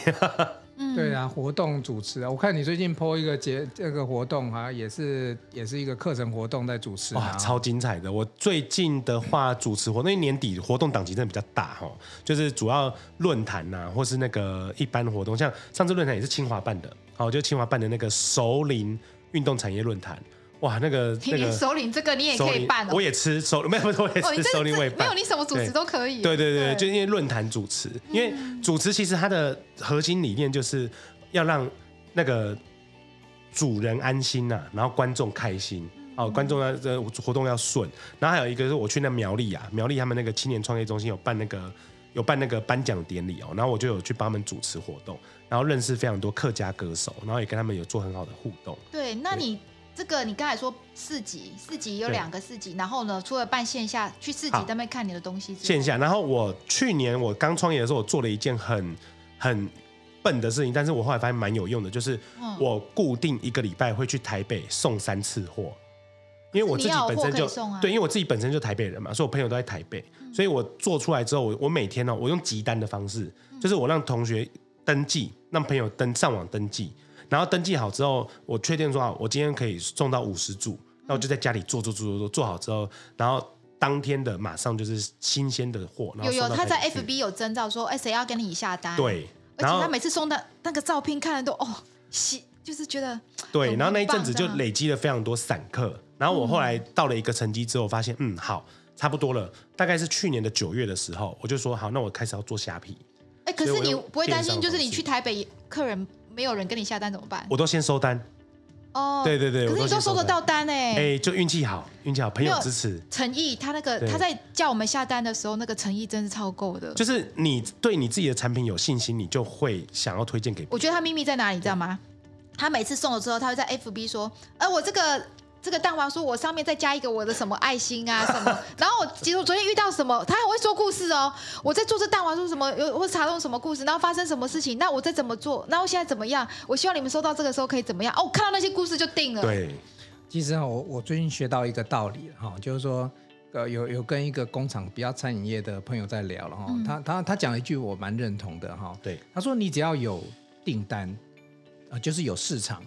Speaker 1: 嗯
Speaker 3: 对啊，活动主持啊，我看你最近 PO 一个节这个活动啊，也是也是一个课程活动在主持
Speaker 2: 哇，
Speaker 3: 啊，
Speaker 2: 超精彩的！我最近的话，主持活动，因为年底活动档期真的比较大哈、哦，就是主要论坛呐、或是那个一般活动，像上次论坛也是清华办的，好、就清华办的那个首林运动产业论坛，哇，那个
Speaker 1: 你
Speaker 2: 那
Speaker 1: 连
Speaker 2: 个
Speaker 1: 首领这个你也可
Speaker 2: 首
Speaker 1: 以
Speaker 2: 领
Speaker 1: 办哦。
Speaker 2: 我也吃首，没有，不是我也
Speaker 1: 哦，你
Speaker 2: 吃
Speaker 1: 这
Speaker 2: 首
Speaker 1: 这
Speaker 2: 领，我也
Speaker 1: 没
Speaker 2: 办
Speaker 1: 有，你什么主持
Speaker 2: 对
Speaker 1: 都可以。
Speaker 2: 对对
Speaker 1: 对
Speaker 2: 对，就因为论坛主持，因为主持其实它的核心理念就是要让那个主人安心呐、然后观众开心。哦，观众呢，这活动要顺，然后还有一个是我去那苗栗啊，苗栗他们那个青年创业中心有办那个有办那个颁奖典礼哦，然后我就有去帮他们主持活动，然后认识非常多客家歌手，然后也跟他们有做很好的互动。
Speaker 1: 对，那你这个你刚才说市集，市集有
Speaker 2: 对
Speaker 1: 两个市集，然后呢，除了办线下，去市集
Speaker 2: 好
Speaker 1: 那边看你的东西之外，
Speaker 2: 线下。然后我去年我刚创业的时候，我做了一件很很笨的事情，但是我后来发现蛮有用的，就是
Speaker 1: 嗯
Speaker 2: 我固定一个礼拜会去台北送三次货。因为我自己本身
Speaker 1: 可是你要有货
Speaker 2: 就
Speaker 1: 可以送啊嗯
Speaker 2: 对，因为我自己本身就台北人嘛，所以我朋友都在台北，所以我做出来之后，我我每天呢、哦我用集单的方式，
Speaker 1: 嗯
Speaker 2: 就是我让同学登记，让朋友登上网登记，然后登记好之后，我确定说啊，我今天可以送到五十组，那我就在家里做做做做做，做好之后，然后当天的马上就是新鲜的货，然后
Speaker 1: 有有，
Speaker 2: 送到
Speaker 1: 他在
Speaker 2: 台北去
Speaker 1: FB 有征兆说，哎，谁要跟你下单？，
Speaker 2: 对，
Speaker 1: 而
Speaker 2: 然
Speaker 1: 且
Speaker 2: 后
Speaker 1: 他每次送的那个照片看的都哦，喜就是觉得
Speaker 2: 对，
Speaker 1: 很
Speaker 2: 然后那一
Speaker 1: 棒
Speaker 2: 阵子就
Speaker 1: 这样
Speaker 2: 累积了非常多散客，然后我后来到了一个成绩之后，发现嗯好，差不多了，大概是去年的九月的时候，我就说好，那我开始要做虾皮，
Speaker 1: 哎，可
Speaker 2: 所
Speaker 1: 是
Speaker 2: 以我
Speaker 1: 你
Speaker 2: 用
Speaker 1: 不会担
Speaker 2: 电商
Speaker 1: 心，就是
Speaker 2: 方
Speaker 1: 你
Speaker 2: 式
Speaker 1: 去台北客人没有人跟你下单怎么办？
Speaker 2: 我都先收单，
Speaker 1: 哦，
Speaker 2: 对对对，
Speaker 1: 可
Speaker 2: 我
Speaker 1: 是你
Speaker 2: 先
Speaker 1: 都收得到单哎、
Speaker 2: 哎，就运气好，运气好，朋友
Speaker 1: 没有
Speaker 2: 支持。
Speaker 1: 诚意，他那个
Speaker 2: 对
Speaker 1: 他在叫我们下单的时候，那个诚意真是超够的。
Speaker 2: 就是你对你自己的产品有信心，你就会想要推荐给别
Speaker 1: 我觉得他秘密在哪里，你知道吗？他每次送了之后，他会在 FB 说：“呃，我这个这个蛋黄酥，我上面再加一个我的什么爱心啊什么。”然后我其实我昨天遇到什么，他很会说故事哦。我在做这蛋黄酥什么，有或查弄什么故事，然后发生什么事情，那我再怎么做，然后现在怎么样？我希望你们收到这个时候可以怎么样？哦，我看到那些故事就定了。
Speaker 2: 人。，对，
Speaker 3: 其实啊，我我最近学到一个道理了哈，就是说，呃，有有跟一个工厂比较餐饮业的朋友在聊了哈、
Speaker 1: 嗯
Speaker 3: 他他他讲了一句我蛮认同的哈，
Speaker 2: 对，
Speaker 3: 他说你只要有订单，呃，就是有市场，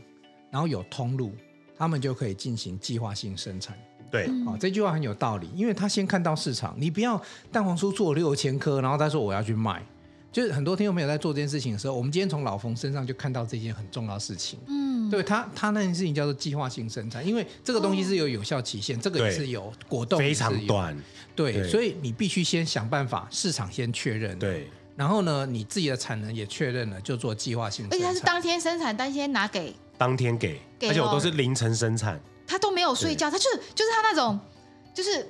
Speaker 3: 然后有通路，他们就可以进行计划性生产。
Speaker 1: 嗯
Speaker 2: 对，
Speaker 3: 啊、这句话很有道理，因为他先看到市场，你不要蛋黄酥做六千颗，然后他说我要去卖，就是很多听众朋友在做这件事情的时候，我们今天从老冯身上就看到这件很重要的事情。
Speaker 1: 嗯，
Speaker 3: 对他，他那件事情叫做计划性生产，因为这个东西是有有效期
Speaker 1: 哦
Speaker 3: 限，这个也
Speaker 2: 对
Speaker 3: 是有果冻也
Speaker 2: 非
Speaker 3: 是
Speaker 2: 常
Speaker 3: 有，
Speaker 2: 短，
Speaker 3: 对，
Speaker 2: 对
Speaker 3: 所以你必须先想办法，市场先确认，，
Speaker 2: 对，
Speaker 3: 然后呢，你自己的产能也确认了，就做计划性生
Speaker 1: 而
Speaker 3: 产。
Speaker 1: 且他是当天生产，当天拿给
Speaker 2: 当天给，
Speaker 1: 给
Speaker 2: 而且我
Speaker 1: 哦
Speaker 2: 都是凌晨生产，
Speaker 1: 他都没有睡觉，他就是就是他那种就是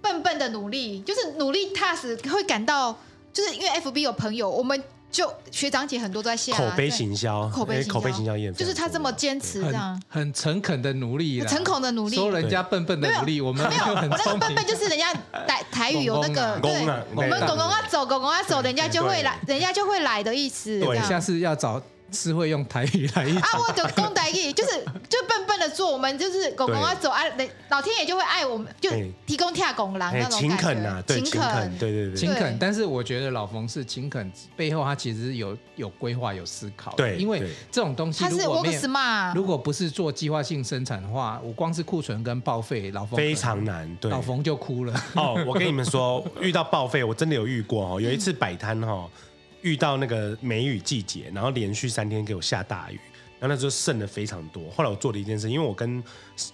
Speaker 1: 笨笨的努力，就是努力踏实，会感到就是因为 FB 有朋友，我们就学长姐很多都在下、啊、
Speaker 2: 口碑
Speaker 1: 对，
Speaker 2: 行销，
Speaker 1: 口碑
Speaker 2: 哎
Speaker 1: 行销
Speaker 2: 口碑行销也非常
Speaker 1: 就是他这么
Speaker 2: 重
Speaker 1: 坚持这样
Speaker 3: 很，很诚恳的努力啦，
Speaker 1: 诚恳的努力。
Speaker 3: 说人家笨笨的努力，我们
Speaker 1: 没有，
Speaker 3: 很
Speaker 1: 那
Speaker 3: 聪
Speaker 1: 个笨
Speaker 3: 明。
Speaker 1: 笨就是人家
Speaker 2: <laughs>
Speaker 1: 台台语有那个
Speaker 2: 要
Speaker 1: 对，
Speaker 2: 公啊，
Speaker 1: 我们
Speaker 2: 对
Speaker 1: 狗狗啊走，狗狗啊走，人家就会来，人家就会来的意思。
Speaker 2: 对
Speaker 1: 这样
Speaker 3: 下次要找是会用台语来一起。
Speaker 1: 啊，我就公台
Speaker 2: <laughs>
Speaker 1: 语，就是就笨笨的做，我们就是狗狗啊走啊，人老天爷就会爱我们，就
Speaker 2: 哎
Speaker 1: 提供跳拱狼
Speaker 2: 哎
Speaker 1: 那种
Speaker 2: 勤
Speaker 1: 感
Speaker 2: 恳
Speaker 1: 觉
Speaker 2: 呐，，对，勤恳，对对对
Speaker 3: 勤
Speaker 1: 对
Speaker 3: 恳，但是我觉得老冯是勤恳背后，他其实有有规划、有思考的。
Speaker 2: 对
Speaker 3: 因为
Speaker 2: 对
Speaker 3: 这种东西
Speaker 1: 他
Speaker 3: 如
Speaker 1: 是
Speaker 3: 果没
Speaker 1: work
Speaker 3: 有，
Speaker 1: smart，
Speaker 3: 如果不是做计划性生产的话，我光是库存跟报废，老冯
Speaker 2: 非常难，对。
Speaker 3: 老冯就哭了。
Speaker 2: <laughs> 哦，我跟你们说，遇到报废，我真的有遇过哦。有一次摆摊哈，遇到那个梅雨季节，然后连续三天给我下大雨，然后那时候剩了非常多。后来我做了一件事，因为我跟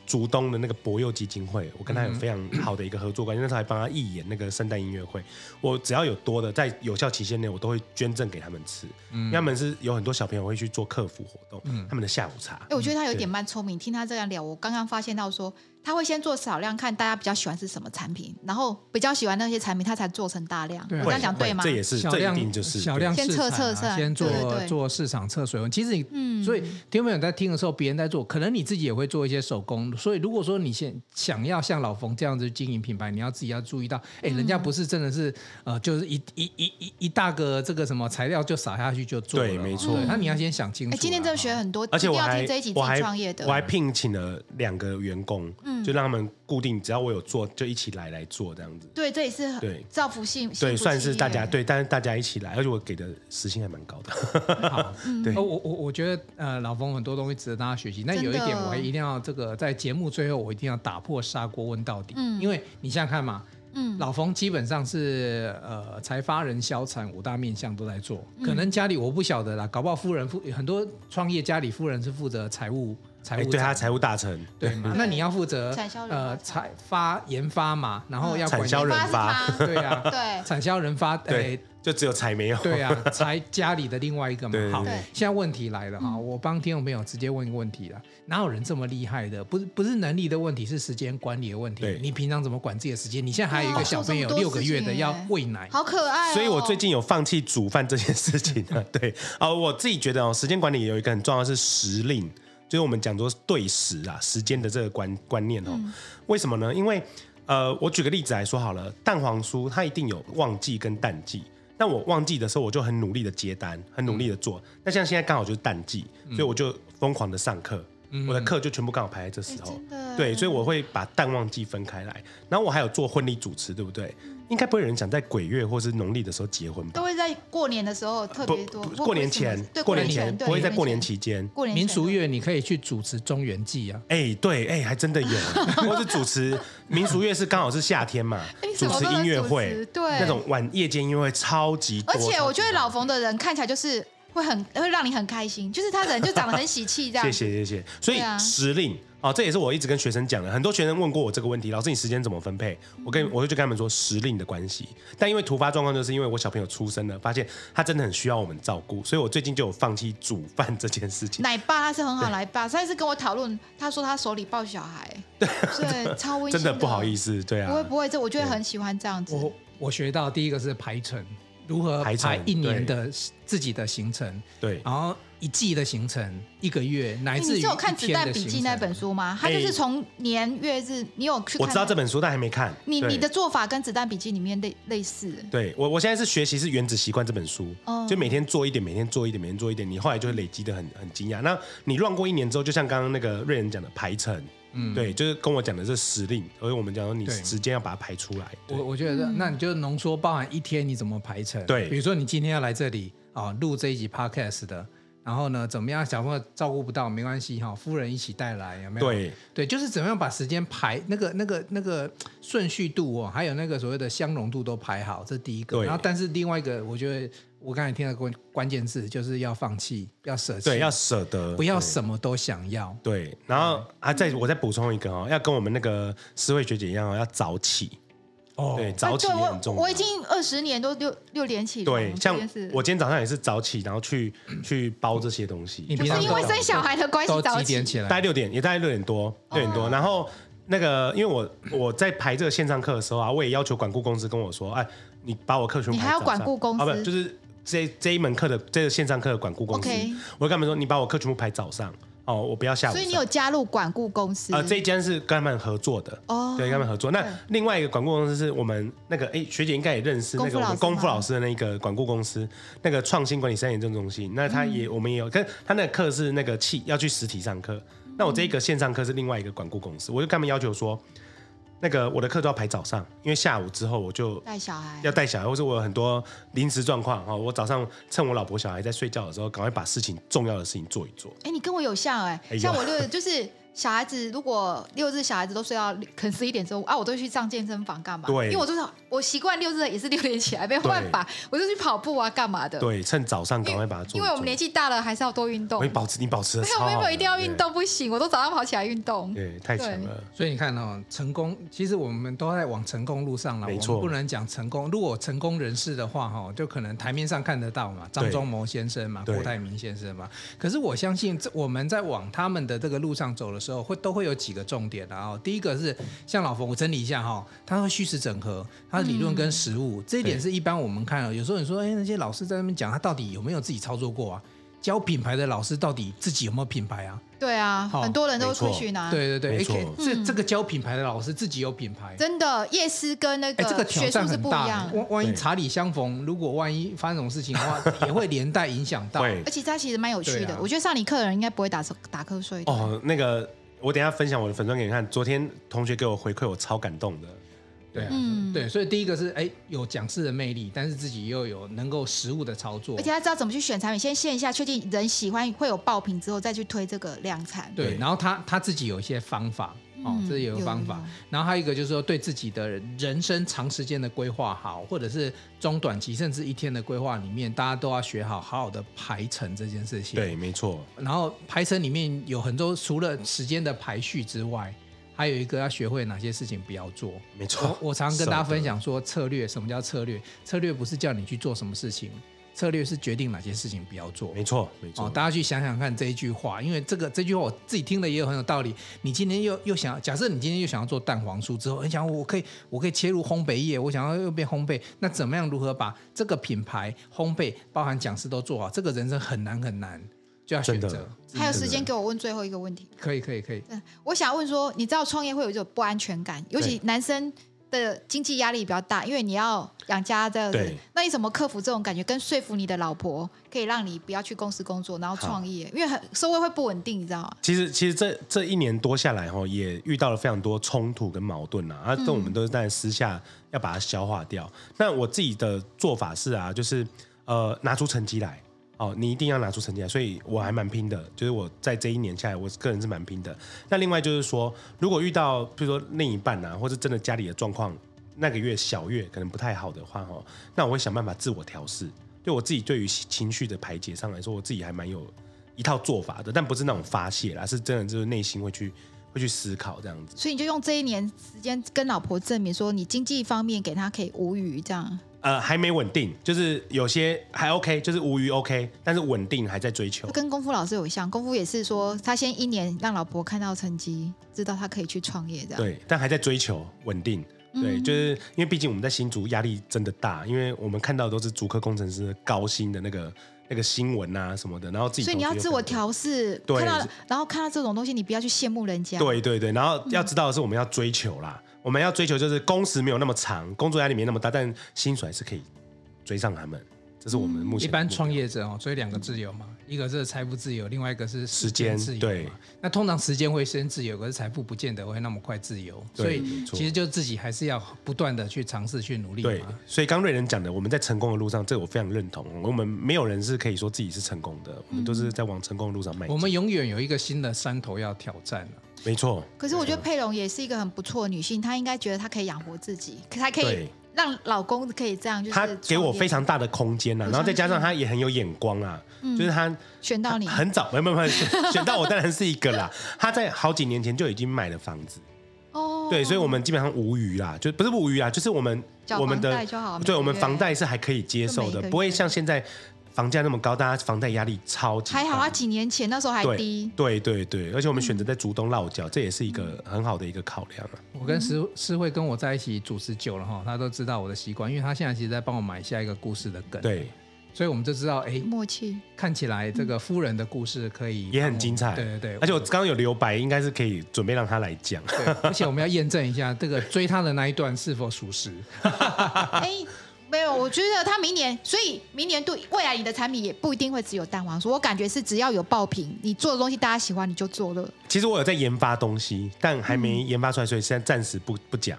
Speaker 2: 竹东的那个博幼基金会，我跟他有非常好的一个合作关系，那时候还帮他义演那个圣诞音乐会。我只要有多的，在有效期限内，我都会捐赠给他们吃。因
Speaker 3: 嗯
Speaker 2: 为他们是有很多小朋友会去做客服活动，他们的下午茶。
Speaker 1: 哎、我觉得
Speaker 2: 嗯
Speaker 1: 他有点蛮聪明。听他这样聊，我刚刚发现到说，他会先做少量，看大家比较喜欢是什么产品，然后比较喜欢那些产品，他才做成大量。
Speaker 3: 对啊
Speaker 1: 我这样讲对吗？
Speaker 2: 这也是，
Speaker 3: 小
Speaker 2: 这一
Speaker 3: 量
Speaker 2: 定就是
Speaker 3: 小
Speaker 2: 对
Speaker 3: 量
Speaker 1: 先
Speaker 3: 试
Speaker 1: 测
Speaker 3: 产
Speaker 1: 测
Speaker 3: 啊
Speaker 1: 测
Speaker 3: 先做
Speaker 1: 对对对
Speaker 3: 做市场测水温。其实你，
Speaker 1: 嗯
Speaker 3: 所以听众朋友在听的时候，别人在做，可能你自己也会做一些手工。所以如果说你现想要像老冯这样子经营品牌，你要自己要注意到，哎，人
Speaker 1: 嗯
Speaker 3: 家不是真的是呃，就是一一一一一大个这个什么材料就撒下去就做了，
Speaker 2: 对没错
Speaker 3: 对那你要先想清
Speaker 1: 哎、
Speaker 3: 楚啦。
Speaker 1: 今天真的学很多，
Speaker 2: 而且
Speaker 1: 一
Speaker 2: 我
Speaker 1: 定要
Speaker 2: 还
Speaker 1: 听这一集自
Speaker 2: 我
Speaker 1: 己
Speaker 2: 还
Speaker 1: 创业的。
Speaker 2: 我还聘请了两个员工，
Speaker 1: 嗯
Speaker 2: 就让他们固定，只要我有做就一起来来做这样子。
Speaker 1: 对，这也是
Speaker 2: 对
Speaker 1: 造福幸，幸
Speaker 2: 对，
Speaker 1: 福
Speaker 2: 算
Speaker 1: 企
Speaker 2: 是大家
Speaker 1: 业。
Speaker 2: 对，但是大家一起来，而且我给的时薪还蛮高的。
Speaker 3: <laughs> 好，
Speaker 2: <laughs> 对
Speaker 3: 呃我我我觉得呃，老冯很多东西值得大家学习。那有
Speaker 1: 嗯
Speaker 3: 一
Speaker 1: 真的
Speaker 3: 点，我还一定要这个在节目最后，我一定要打破砂锅问到底。
Speaker 1: 嗯
Speaker 3: 因为你想想看嘛，
Speaker 1: 嗯，
Speaker 3: 老冯基本上是呃财发人销产五大面向都在做，
Speaker 1: 嗯
Speaker 3: 可能家里我不晓得啦，搞不好夫人夫很多创业家里夫人是负责财务财
Speaker 2: 哎 <laughs>
Speaker 3: 务
Speaker 2: 对他
Speaker 3: 长
Speaker 2: 财务大臣，
Speaker 3: 对嘛，那你要负责
Speaker 1: 产销人发
Speaker 3: 呃财发研发嘛，然后要
Speaker 2: 产
Speaker 3: 管
Speaker 2: 销人
Speaker 1: 发是
Speaker 2: 发
Speaker 1: 他，，
Speaker 3: 对啊
Speaker 1: <laughs>
Speaker 2: <laughs>
Speaker 1: 对，
Speaker 3: 产销人发哎
Speaker 2: 对
Speaker 3: 对。，
Speaker 2: 就只有财没有。
Speaker 3: <laughs> 对啊，才家里的另外一个嘛
Speaker 2: 对。
Speaker 3: 好
Speaker 1: 对，嗯
Speaker 3: 现在问题来了哈，我帮听众朋友直接问一个问题啦。哪有人这么厉害的？不是不是能力的问题，是时间管理的问题
Speaker 2: 对。
Speaker 3: 你平常怎么管自己的时间？你现在还有一
Speaker 1: 哇
Speaker 3: 个小朋友
Speaker 1: 哦做这么多
Speaker 3: 六个月
Speaker 1: 事
Speaker 3: 的
Speaker 1: 情
Speaker 3: 要
Speaker 1: 耶
Speaker 3: 喂奶，
Speaker 1: 好可爱、哦。
Speaker 2: 所以我最近有放弃煮饭这件事情啊。 <laughs> 对啊、我自己觉得哦，时间管理有一个很重要的是时令，就是我们讲说对时啊，时间的这个观观念哦。
Speaker 1: 嗯
Speaker 2: 为什么呢？因为呃，我举个例子来说好了，蛋黄酥它一定有旺季跟淡季。那我旺季的时候，我就很努力的接单，很努力的做。
Speaker 1: 嗯
Speaker 2: 那像现在刚好就是淡季，所以我就疯狂的上课，我的课就全部刚好排在这时
Speaker 1: 嗯哎
Speaker 2: 候。
Speaker 1: 真的
Speaker 2: 对，所以我会把淡旺季分开来。然后我还有做婚礼主持，对不对？应该不会有人想在鬼月或是农历的时候结婚吧
Speaker 1: 都？会在过年的时候特
Speaker 2: 不
Speaker 1: 别多，
Speaker 2: 不
Speaker 1: 或
Speaker 2: 过年
Speaker 1: 或什
Speaker 2: 前
Speaker 1: 么对，
Speaker 2: 过年
Speaker 1: 年
Speaker 2: 前
Speaker 1: 对
Speaker 2: 不会在过年，期间。
Speaker 1: 过年前
Speaker 3: 民俗月你可以去主持中原祭啊。
Speaker 2: 哎，对，哎，还真的有，
Speaker 1: <laughs>
Speaker 2: 或是主持民俗乐是刚好是夏天嘛
Speaker 1: 哎你，
Speaker 2: 主
Speaker 1: 什么
Speaker 2: 持
Speaker 1: 都能
Speaker 2: 音乐
Speaker 1: 主
Speaker 2: 会
Speaker 1: 持，对
Speaker 2: 那种晚夜间音乐会超级多。啊
Speaker 1: 而且我觉得
Speaker 2: 超
Speaker 1: 老
Speaker 2: 级
Speaker 1: 冯的人看起来就是会很会让你很开心，就是他人就长得很喜气这
Speaker 2: <laughs> 多
Speaker 1: 样。
Speaker 2: 谢谢谢谢，所以
Speaker 1: 对啊
Speaker 2: 时令哦，这也是我一直跟学生讲的。很多学生问过我这个问题，老师你时间怎么分配？我跟我就跟他们说时令的关系。但因为突发状况，就是因为我小朋友出生了，发现他真的很需要我们照顾，所以我最近就有放弃煮饭这件事情。
Speaker 1: 奶爸他是很好奶
Speaker 2: <laughs>
Speaker 1: 爸，上一次跟我讨论，他说他手里抱小孩，对，超温馨。
Speaker 2: 真的不好意
Speaker 1: 思，
Speaker 2: 思，对啊，
Speaker 1: 不会不会，这我就会很喜欢这样子。
Speaker 3: 我我学到第一个是排程，如何
Speaker 2: 排程
Speaker 3: 排一年的自己的行程，
Speaker 2: 对，
Speaker 3: 然后一季的行程，一个月乃
Speaker 1: 哎
Speaker 3: 至于
Speaker 1: 你是有看
Speaker 3: 一
Speaker 1: 《子
Speaker 3: 天
Speaker 1: 弹
Speaker 3: 的
Speaker 1: 笔
Speaker 3: 行
Speaker 1: 记》那
Speaker 3: 程
Speaker 1: 本书吗？他就是
Speaker 2: 哎
Speaker 1: 从年月日，你有去看吗？
Speaker 2: 我知道这本书，但还没看。
Speaker 1: 你
Speaker 2: 对
Speaker 1: 你的做法跟《子弹笔记》里面类类似。
Speaker 2: 对我，我现在是学习是《原子习惯》这本书，
Speaker 1: 哦
Speaker 2: 就每天做一点，每天做一点，每天做一点，你后来就会累积的很很惊讶。那你乱过一年之后，就像刚刚那个瑞仁讲的排程，
Speaker 3: 嗯，
Speaker 2: 对，就是跟我讲的是时令，所以我们讲说你
Speaker 3: 对
Speaker 2: 时间要把它排出来。对
Speaker 3: 我我觉得，那你就浓缩包含一天你怎么排程？
Speaker 2: 对
Speaker 3: 比如说你今天要来这里啊，录这一集 podcast 的，然后呢，怎么样小朋友照顾不到没关系哈，夫人一起带来有没有？
Speaker 2: 对
Speaker 3: 对，就是怎么样把时间排那个那个那个顺序度哦，还有那个所谓的相容度都排好，这第一个。
Speaker 2: 对
Speaker 3: 然后，但是另外一个，我觉得我刚才听到关关键字就是要放弃，要舍弃，
Speaker 2: 对，要舍得，
Speaker 3: 不要嗯
Speaker 2: 对
Speaker 3: 什么都想要。
Speaker 2: 对，然后啊，再我再补充一个哦，要跟我们那个思慧学姐一样哦，要早起，
Speaker 3: 哦
Speaker 2: 对，早起
Speaker 1: 对
Speaker 2: 也
Speaker 1: 我
Speaker 2: 很重要。
Speaker 1: 我已经二十年都六六点起床
Speaker 2: 对，像
Speaker 1: 这件事
Speaker 2: 我今天早上也是早起，然后去去包这些东西，
Speaker 3: 你
Speaker 1: 就是
Speaker 3: 平常
Speaker 1: 因为
Speaker 3: 都
Speaker 1: 生小孩的关系
Speaker 3: 都
Speaker 1: 早
Speaker 3: 几点起
Speaker 2: 大概
Speaker 3: 来？
Speaker 2: 六点，也大概六点多，六点多。然后那个，因为我我在排这个线上课的时候啊，我也要求管顾公司跟我说，哎，你把我课全部
Speaker 1: 你
Speaker 2: 排
Speaker 1: 还要
Speaker 2: 早
Speaker 1: 管
Speaker 2: 上
Speaker 1: 顾公司
Speaker 2: 啊，不就是这这一门课的这个线上课的管顾公司
Speaker 1: OK
Speaker 2: 我跟他们说，你把我课全部排早上哦，我不要下午
Speaker 1: 所
Speaker 2: 上。
Speaker 1: 以你有加入管顾公司
Speaker 2: 啊、这一间是跟他们合作的，
Speaker 1: 哦
Speaker 2: 对，跟他们合作。那另外一个管顾公司是我们那个，哎，学姐应该也认识那个我们
Speaker 1: 功
Speaker 2: 功
Speaker 1: 夫
Speaker 2: 夫
Speaker 1: 老
Speaker 2: 老
Speaker 1: 师
Speaker 2: 师的那个管顾公司，那个创新管理三研究中心。那他
Speaker 1: 嗯
Speaker 2: 也、我们也有，跟他那个课是那个气要去实体上课，那我这一个线上课是另外一个管顾公司，我就跟他们要求说，那个我的课都要排早上，因为下午之后我就
Speaker 1: 带小孩
Speaker 2: 要带小孩，或者我有很多临时状况哦，我早上趁我老婆小孩在睡觉的时候，赶快把事情重要的事情做一做。
Speaker 1: 哎、你跟我有像哎、
Speaker 2: 哎呦
Speaker 1: 像我六日就是小孩子，如果六日小孩子都睡到可能十一点之后啊，我都去上健身房干嘛？
Speaker 2: 对
Speaker 1: 因为我就是我习惯六日也是六点起来，没有办法，我就去跑步啊，干嘛的？
Speaker 2: 对，趁早上赶快把它做一做
Speaker 1: 因为我们年纪大了，还是要多运动。
Speaker 2: 我保持你保持
Speaker 1: <laughs>
Speaker 2: 的
Speaker 1: 没有
Speaker 2: 超
Speaker 1: 没
Speaker 2: 好
Speaker 1: 有，
Speaker 2: 的
Speaker 1: 一定要运
Speaker 2: 对
Speaker 1: 动不行，我都早上跑起来运动。
Speaker 2: 对，太强了。
Speaker 3: 所以你看哦，成功其实我们都在往成功路上了，
Speaker 2: 没
Speaker 3: 我们
Speaker 2: 错
Speaker 3: 不能讲成功。如果成功人士的话，哈，就可能台面上看得到嘛，张
Speaker 2: 对
Speaker 3: 忠谋先生嘛，
Speaker 2: 对
Speaker 3: 郭台铭先生嘛。可是我相信，这我们在往他们的这个路上走的时候，会都会有几个重点的哦。第一个是像老冯，我整理一下哈，他会虚实整合，他的理论跟实物、这一点是一般我们看了，有时候你说，哎，那些老师在那边讲，他到底有没有自己操作过啊？教品牌的老师到底自己有没有品牌啊？
Speaker 1: 对啊，
Speaker 3: 好
Speaker 1: 很多人都
Speaker 2: 没错
Speaker 1: 出去拿。
Speaker 3: 对对对，
Speaker 2: 没错
Speaker 3: 诶可
Speaker 1: 嗯
Speaker 3: 这这个教品牌的老师自己有品牌，
Speaker 1: 真的，夜师跟那
Speaker 3: 哎、这个
Speaker 1: 个
Speaker 3: 挑
Speaker 1: 学
Speaker 3: 战
Speaker 1: 术是
Speaker 3: 很
Speaker 1: 不一
Speaker 3: 大
Speaker 1: 样
Speaker 3: 欸。。万万一
Speaker 2: 对
Speaker 3: 茶理相逢，如果万一发生什么事情的
Speaker 2: <laughs>
Speaker 3: 话，也会连带影响到。
Speaker 2: 会
Speaker 1: 而且他其实蛮有趣
Speaker 3: 对
Speaker 1: 的，
Speaker 3: 啊
Speaker 1: 我觉得上你课的人应该不会打打瞌睡的。
Speaker 2: 哦，那个我等一下分享我的粉妆给你看。昨天同学给我回馈，我超感动的。
Speaker 3: 对啊，
Speaker 1: 嗯
Speaker 3: 对，所以第一个是哎、有讲师的魅力，但是自己又有能够实物的操作
Speaker 1: 而。且他知道怎么去选产品，先线下确定人喜欢会有爆品之后，再去推这个量产。
Speaker 3: 对，
Speaker 2: 对
Speaker 3: 然后他他自己有一些方法哦
Speaker 1: 嗯，
Speaker 3: 这也有方法
Speaker 1: 有有。
Speaker 3: 然后还有一个就是说，对自己的人生长时间的规划好，或者是中短期甚至一天的规划里面，大家都要学好好好的排程这件事情。
Speaker 2: 对，没错，
Speaker 3: 然后排程里面有很多，除了时间的排序之外，还有一个要学会哪些事情不要做。
Speaker 2: 没错
Speaker 3: 我。我常跟大家分享说，策略什么叫策略？策略不是叫你去做什么事情，策略是决定哪些事情不要做
Speaker 2: 舍得，。没错，没错。
Speaker 3: 哦，大家去想想看这一句话，因为这个这句话我自己听了也有很有道理。你今天又又想，假设你今天又想要做蛋黄酥之后，你想我可以我可以切入烘焙业，我想要又变烘焙，那怎么样如何把这个品牌烘焙包含讲师都做好？这个人生很难很难，就要选
Speaker 2: 真
Speaker 3: 择
Speaker 2: 的。
Speaker 1: 还有时间给我问最后一个问题，
Speaker 3: 可以可以可以，
Speaker 1: 嗯，我想问说，你知道创业会有一种不安全
Speaker 2: 嗯
Speaker 1: 感，尤其男生的经济压力比较大，因为你要养家这样子
Speaker 2: 对。
Speaker 1: 那你怎么克服这种感觉？跟说服你的老婆，可以让你不要去公司工作，然后创业，因为很收入会不稳定，你知道吗？
Speaker 2: 其实，其实这这一年多下来哈、也遇到了非常多冲突跟矛盾啊。啊，这我们都是在私下要把它消化掉。那我自己的做法是啊，就是呃，拿出成绩来。哦，你一定要拿出成绩来，所以我还蛮拼的。就是我在这一年下来，我个人是蛮拼的。那另外就是说，如果遇到比如说另一半啊，或者真的家里的状况，那个月小月可能不太好的话，哈，那我会想办法自我调试。对我自己对于情绪的排解上来说，我自己还蛮有一套做法的，但不是那种发泄啦，是真的就是内心会去会去思考这样子。
Speaker 1: 所以你就用这一年时间跟老婆证明说，你经济方面给她可以无虞这样。
Speaker 2: 呃，还没稳定，就是有些还 OK，就是无余 OK，但是稳定还在追求
Speaker 1: 这。跟功夫老师有像，功夫也是说他先一年让老婆看到成绩，知道他可以啊嗯去创业这样。
Speaker 2: 对，但还在追求稳定。对，就是因为毕竟我们在新竹压力真的大，因为我们看到的都是竹科工程师高薪的那个那个新闻啊什么的，然后自己
Speaker 1: 所以你
Speaker 2: 同
Speaker 1: 要
Speaker 2: 学又
Speaker 1: 自我
Speaker 2: 看到
Speaker 1: 调试，
Speaker 2: 对
Speaker 1: 看到
Speaker 2: 是
Speaker 1: 然后看到这种东西，你不要去羡慕人家。，
Speaker 2: 对对对，然后要知道的是，我们要追求啦，我们要追求就是工时没有那么长，工作压力没那么大，但薪水还是可以追上他们。这是我们目前
Speaker 3: 嗯一
Speaker 2: 的
Speaker 3: 般
Speaker 2: 目标
Speaker 3: 创业者哦，所以两个自由嘛，一个是财富自由，另外一个是
Speaker 2: 时间
Speaker 3: 自由嘛。
Speaker 2: 对
Speaker 3: 那通常时间会先自由，可是财富不见得会那么快自由，
Speaker 2: 对
Speaker 3: 所
Speaker 2: 没
Speaker 3: 以
Speaker 2: 错
Speaker 3: 其实就自己还是要不断的去尝试去努力
Speaker 2: 对
Speaker 3: 嘛。，
Speaker 2: 所以刚瑞仁讲的，我们在成功的路上，这个我非常认同。我们没有人是可以说自己是成功的，我们都是
Speaker 1: 嗯
Speaker 2: 在往成功的路上迈进。
Speaker 3: 我们永远有一个新的山头要挑战啊
Speaker 2: 没错，
Speaker 1: 可是我觉得佩蓉也是一个很不错的女性，她应该觉得她可以养活自己，可她可以
Speaker 2: 对
Speaker 1: 让老公可以这样，就是
Speaker 2: 他给我
Speaker 1: 创业
Speaker 2: 非常大的空间呐、
Speaker 1: 我
Speaker 2: 然后再加上
Speaker 1: 相
Speaker 2: 他也很有眼光啊，就是他
Speaker 1: 选嗯到你，
Speaker 2: 很早，没有没有没有选选到我当然是一个啦。他在好几年前就已经买了房子，
Speaker 1: 哦，
Speaker 2: 对，所以我们基本上无余啦，就不是无余啦，就是我们
Speaker 1: 缴
Speaker 2: 我们
Speaker 1: 房
Speaker 2: 的
Speaker 1: 贷就好每
Speaker 2: 对，
Speaker 1: 个
Speaker 2: 我们
Speaker 1: 月
Speaker 2: 房贷是还可以接受
Speaker 1: 就每
Speaker 2: 的
Speaker 1: 个，月
Speaker 2: 不会像现在房价那么高，大家房贷压力超级大
Speaker 1: 还好啊她几年前那时候还低嗯
Speaker 2: 对，对对对，而且我们选择在竹东落脚，这也是一个很好的一个考量啊。
Speaker 3: 我跟师师慧跟我在一起主持久了哈，他都知道我的习惯，因为他现在其实在帮我埋下一个故事的
Speaker 1: 嗯
Speaker 3: 梗，，
Speaker 2: 对，
Speaker 3: 所以我们就知道，哎，
Speaker 1: 默契。
Speaker 3: 看起来这个夫人的故事可以
Speaker 2: 也很
Speaker 3: 帮我
Speaker 2: 精彩
Speaker 3: 哦对对对，
Speaker 2: 而且我刚刚有留白，应该是可以准备让他来讲。 <laughs>
Speaker 3: 对，而且我们要验证一下这个追他的那一段是否属实。
Speaker 2: <laughs>
Speaker 1: 哎，没有，我觉得她明年，所以明年度未来你的产品也不一定会只有蛋黄酥，我感觉是只要有爆品，你做的东西大家喜欢你就做了。
Speaker 2: 其实我有在研发东西，但还没研发出来，所以现在暂时不不讲。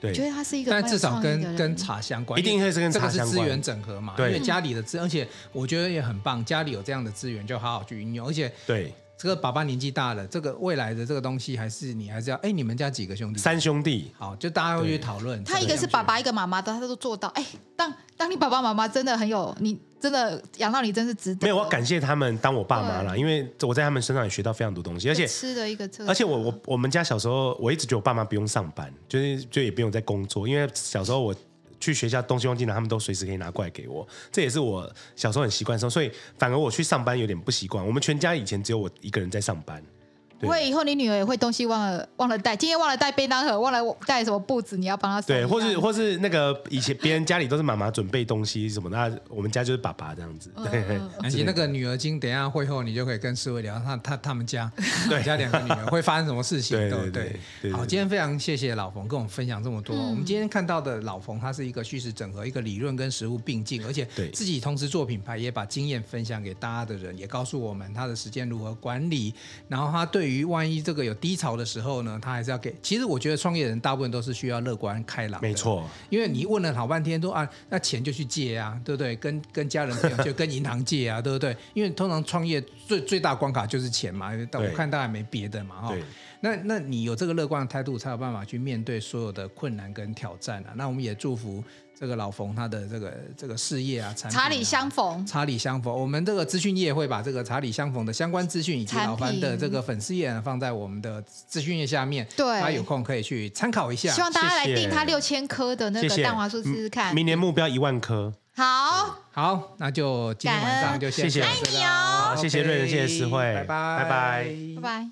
Speaker 2: 对
Speaker 1: 我觉，得她是一个蛮
Speaker 3: 但
Speaker 1: 有
Speaker 3: 至少
Speaker 1: 创意的
Speaker 3: 跟
Speaker 1: 人
Speaker 3: 跟茶相关，
Speaker 2: 一定会是跟
Speaker 3: 这
Speaker 2: 茶
Speaker 3: 个
Speaker 2: 相
Speaker 3: 是
Speaker 2: 关
Speaker 3: 资源整合嘛，因
Speaker 2: 对
Speaker 3: 为家里的资，而且我觉得也很棒，家里有这样的资源就好好去运用，而且
Speaker 2: 对，
Speaker 3: 这个爸爸年纪大了，这个未来的这个东西还是你还是要，哎，你们家几个兄弟？
Speaker 2: 三兄弟，
Speaker 3: 好，就大家会去讨论。
Speaker 1: 他一
Speaker 3: 这
Speaker 1: 个是爸爸，一个妈妈的，他都做到。哎，当当你爸爸妈妈真的很有，你真的养到你真是值得。
Speaker 2: 没有，我要感谢他们当我爸妈啦，因为我在他们身上也学到非常多东西，而且
Speaker 1: 吃的一个这个，
Speaker 2: 而且我我我们家小时候，我一直觉得我爸妈不用上班，就是就也不用在工作，因为小时候我去学校东西忘记拿，他们都随时可以拿过来给我，这也是我小时候很习惯的时候，所以反而我去上班有点不习惯。我们全家以前只有我一个人在上班，
Speaker 1: 不会以后你女儿也会东西忘了忘了带，今天忘了带便当盒，忘了带什么布子，你要帮她送一
Speaker 2: 对，
Speaker 1: 样。
Speaker 2: 或是或是那个以前别人家里都是妈妈准备东西什么的，那我们家就是爸爸这样子， <laughs> 对
Speaker 1: 嗯
Speaker 3: 南极那个女儿经，等一下会后你就可以跟思维聊他他他们家，
Speaker 2: <laughs> 对
Speaker 3: 我家两个女儿会发生什么事情，
Speaker 2: 对
Speaker 3: 对
Speaker 2: 对
Speaker 3: 不
Speaker 2: 对对对
Speaker 3: 好，
Speaker 2: 对
Speaker 3: 今天非常谢谢老冯跟我们分享这么多。
Speaker 1: 嗯
Speaker 3: 我们今天看到的老冯，他是一个虚实整合，一个理论跟实物并进，而且
Speaker 2: 对
Speaker 3: 自己同时做品牌，也把经验分享给大家的人，也告诉我们他的时间如何管理。然后他对于万一这个有低潮的时候呢，他还是要给。其实我觉得创业人大部分都是需要乐观开朗，
Speaker 2: 没。错。
Speaker 3: 因为你问了好半天都啊，那钱就去借啊，对不对？跟跟家人朋友就跟银行借啊，对不对？因为通常创业最最大关卡就是钱嘛，但我
Speaker 2: 对
Speaker 3: 看大家没别的嘛哈
Speaker 2: 对。
Speaker 3: 那那你有这个乐观的态度，才有办法去面对所有的困难跟挑战啊。那我们也祝福这个老冯他的这个这个事业啊，产品啊
Speaker 1: 茶里相逢，
Speaker 3: 查理相逢，我们这个资讯业会把这个查理相逢的相关资讯以及
Speaker 1: 产品
Speaker 3: 老樊的这个粉丝页呢放在我们的资讯页下面，
Speaker 1: 对
Speaker 3: 大家有空可以去参考一下。
Speaker 1: 希望大家来
Speaker 2: 谢谢
Speaker 1: 订他六千颗的那
Speaker 2: 谢
Speaker 1: 个
Speaker 2: 谢嗯
Speaker 1: 蛋黄酥试试看。
Speaker 2: 明年目标一万颗，
Speaker 1: 好，
Speaker 3: 好，那就今天晚上就先
Speaker 2: 感恩
Speaker 3: 到
Speaker 2: 谢
Speaker 3: 这
Speaker 2: 谢爱
Speaker 3: 了
Speaker 1: 你哦
Speaker 2: 好谢谢瑞仁谢谢思慧
Speaker 3: 拜拜，
Speaker 2: 拜拜
Speaker 1: 拜拜。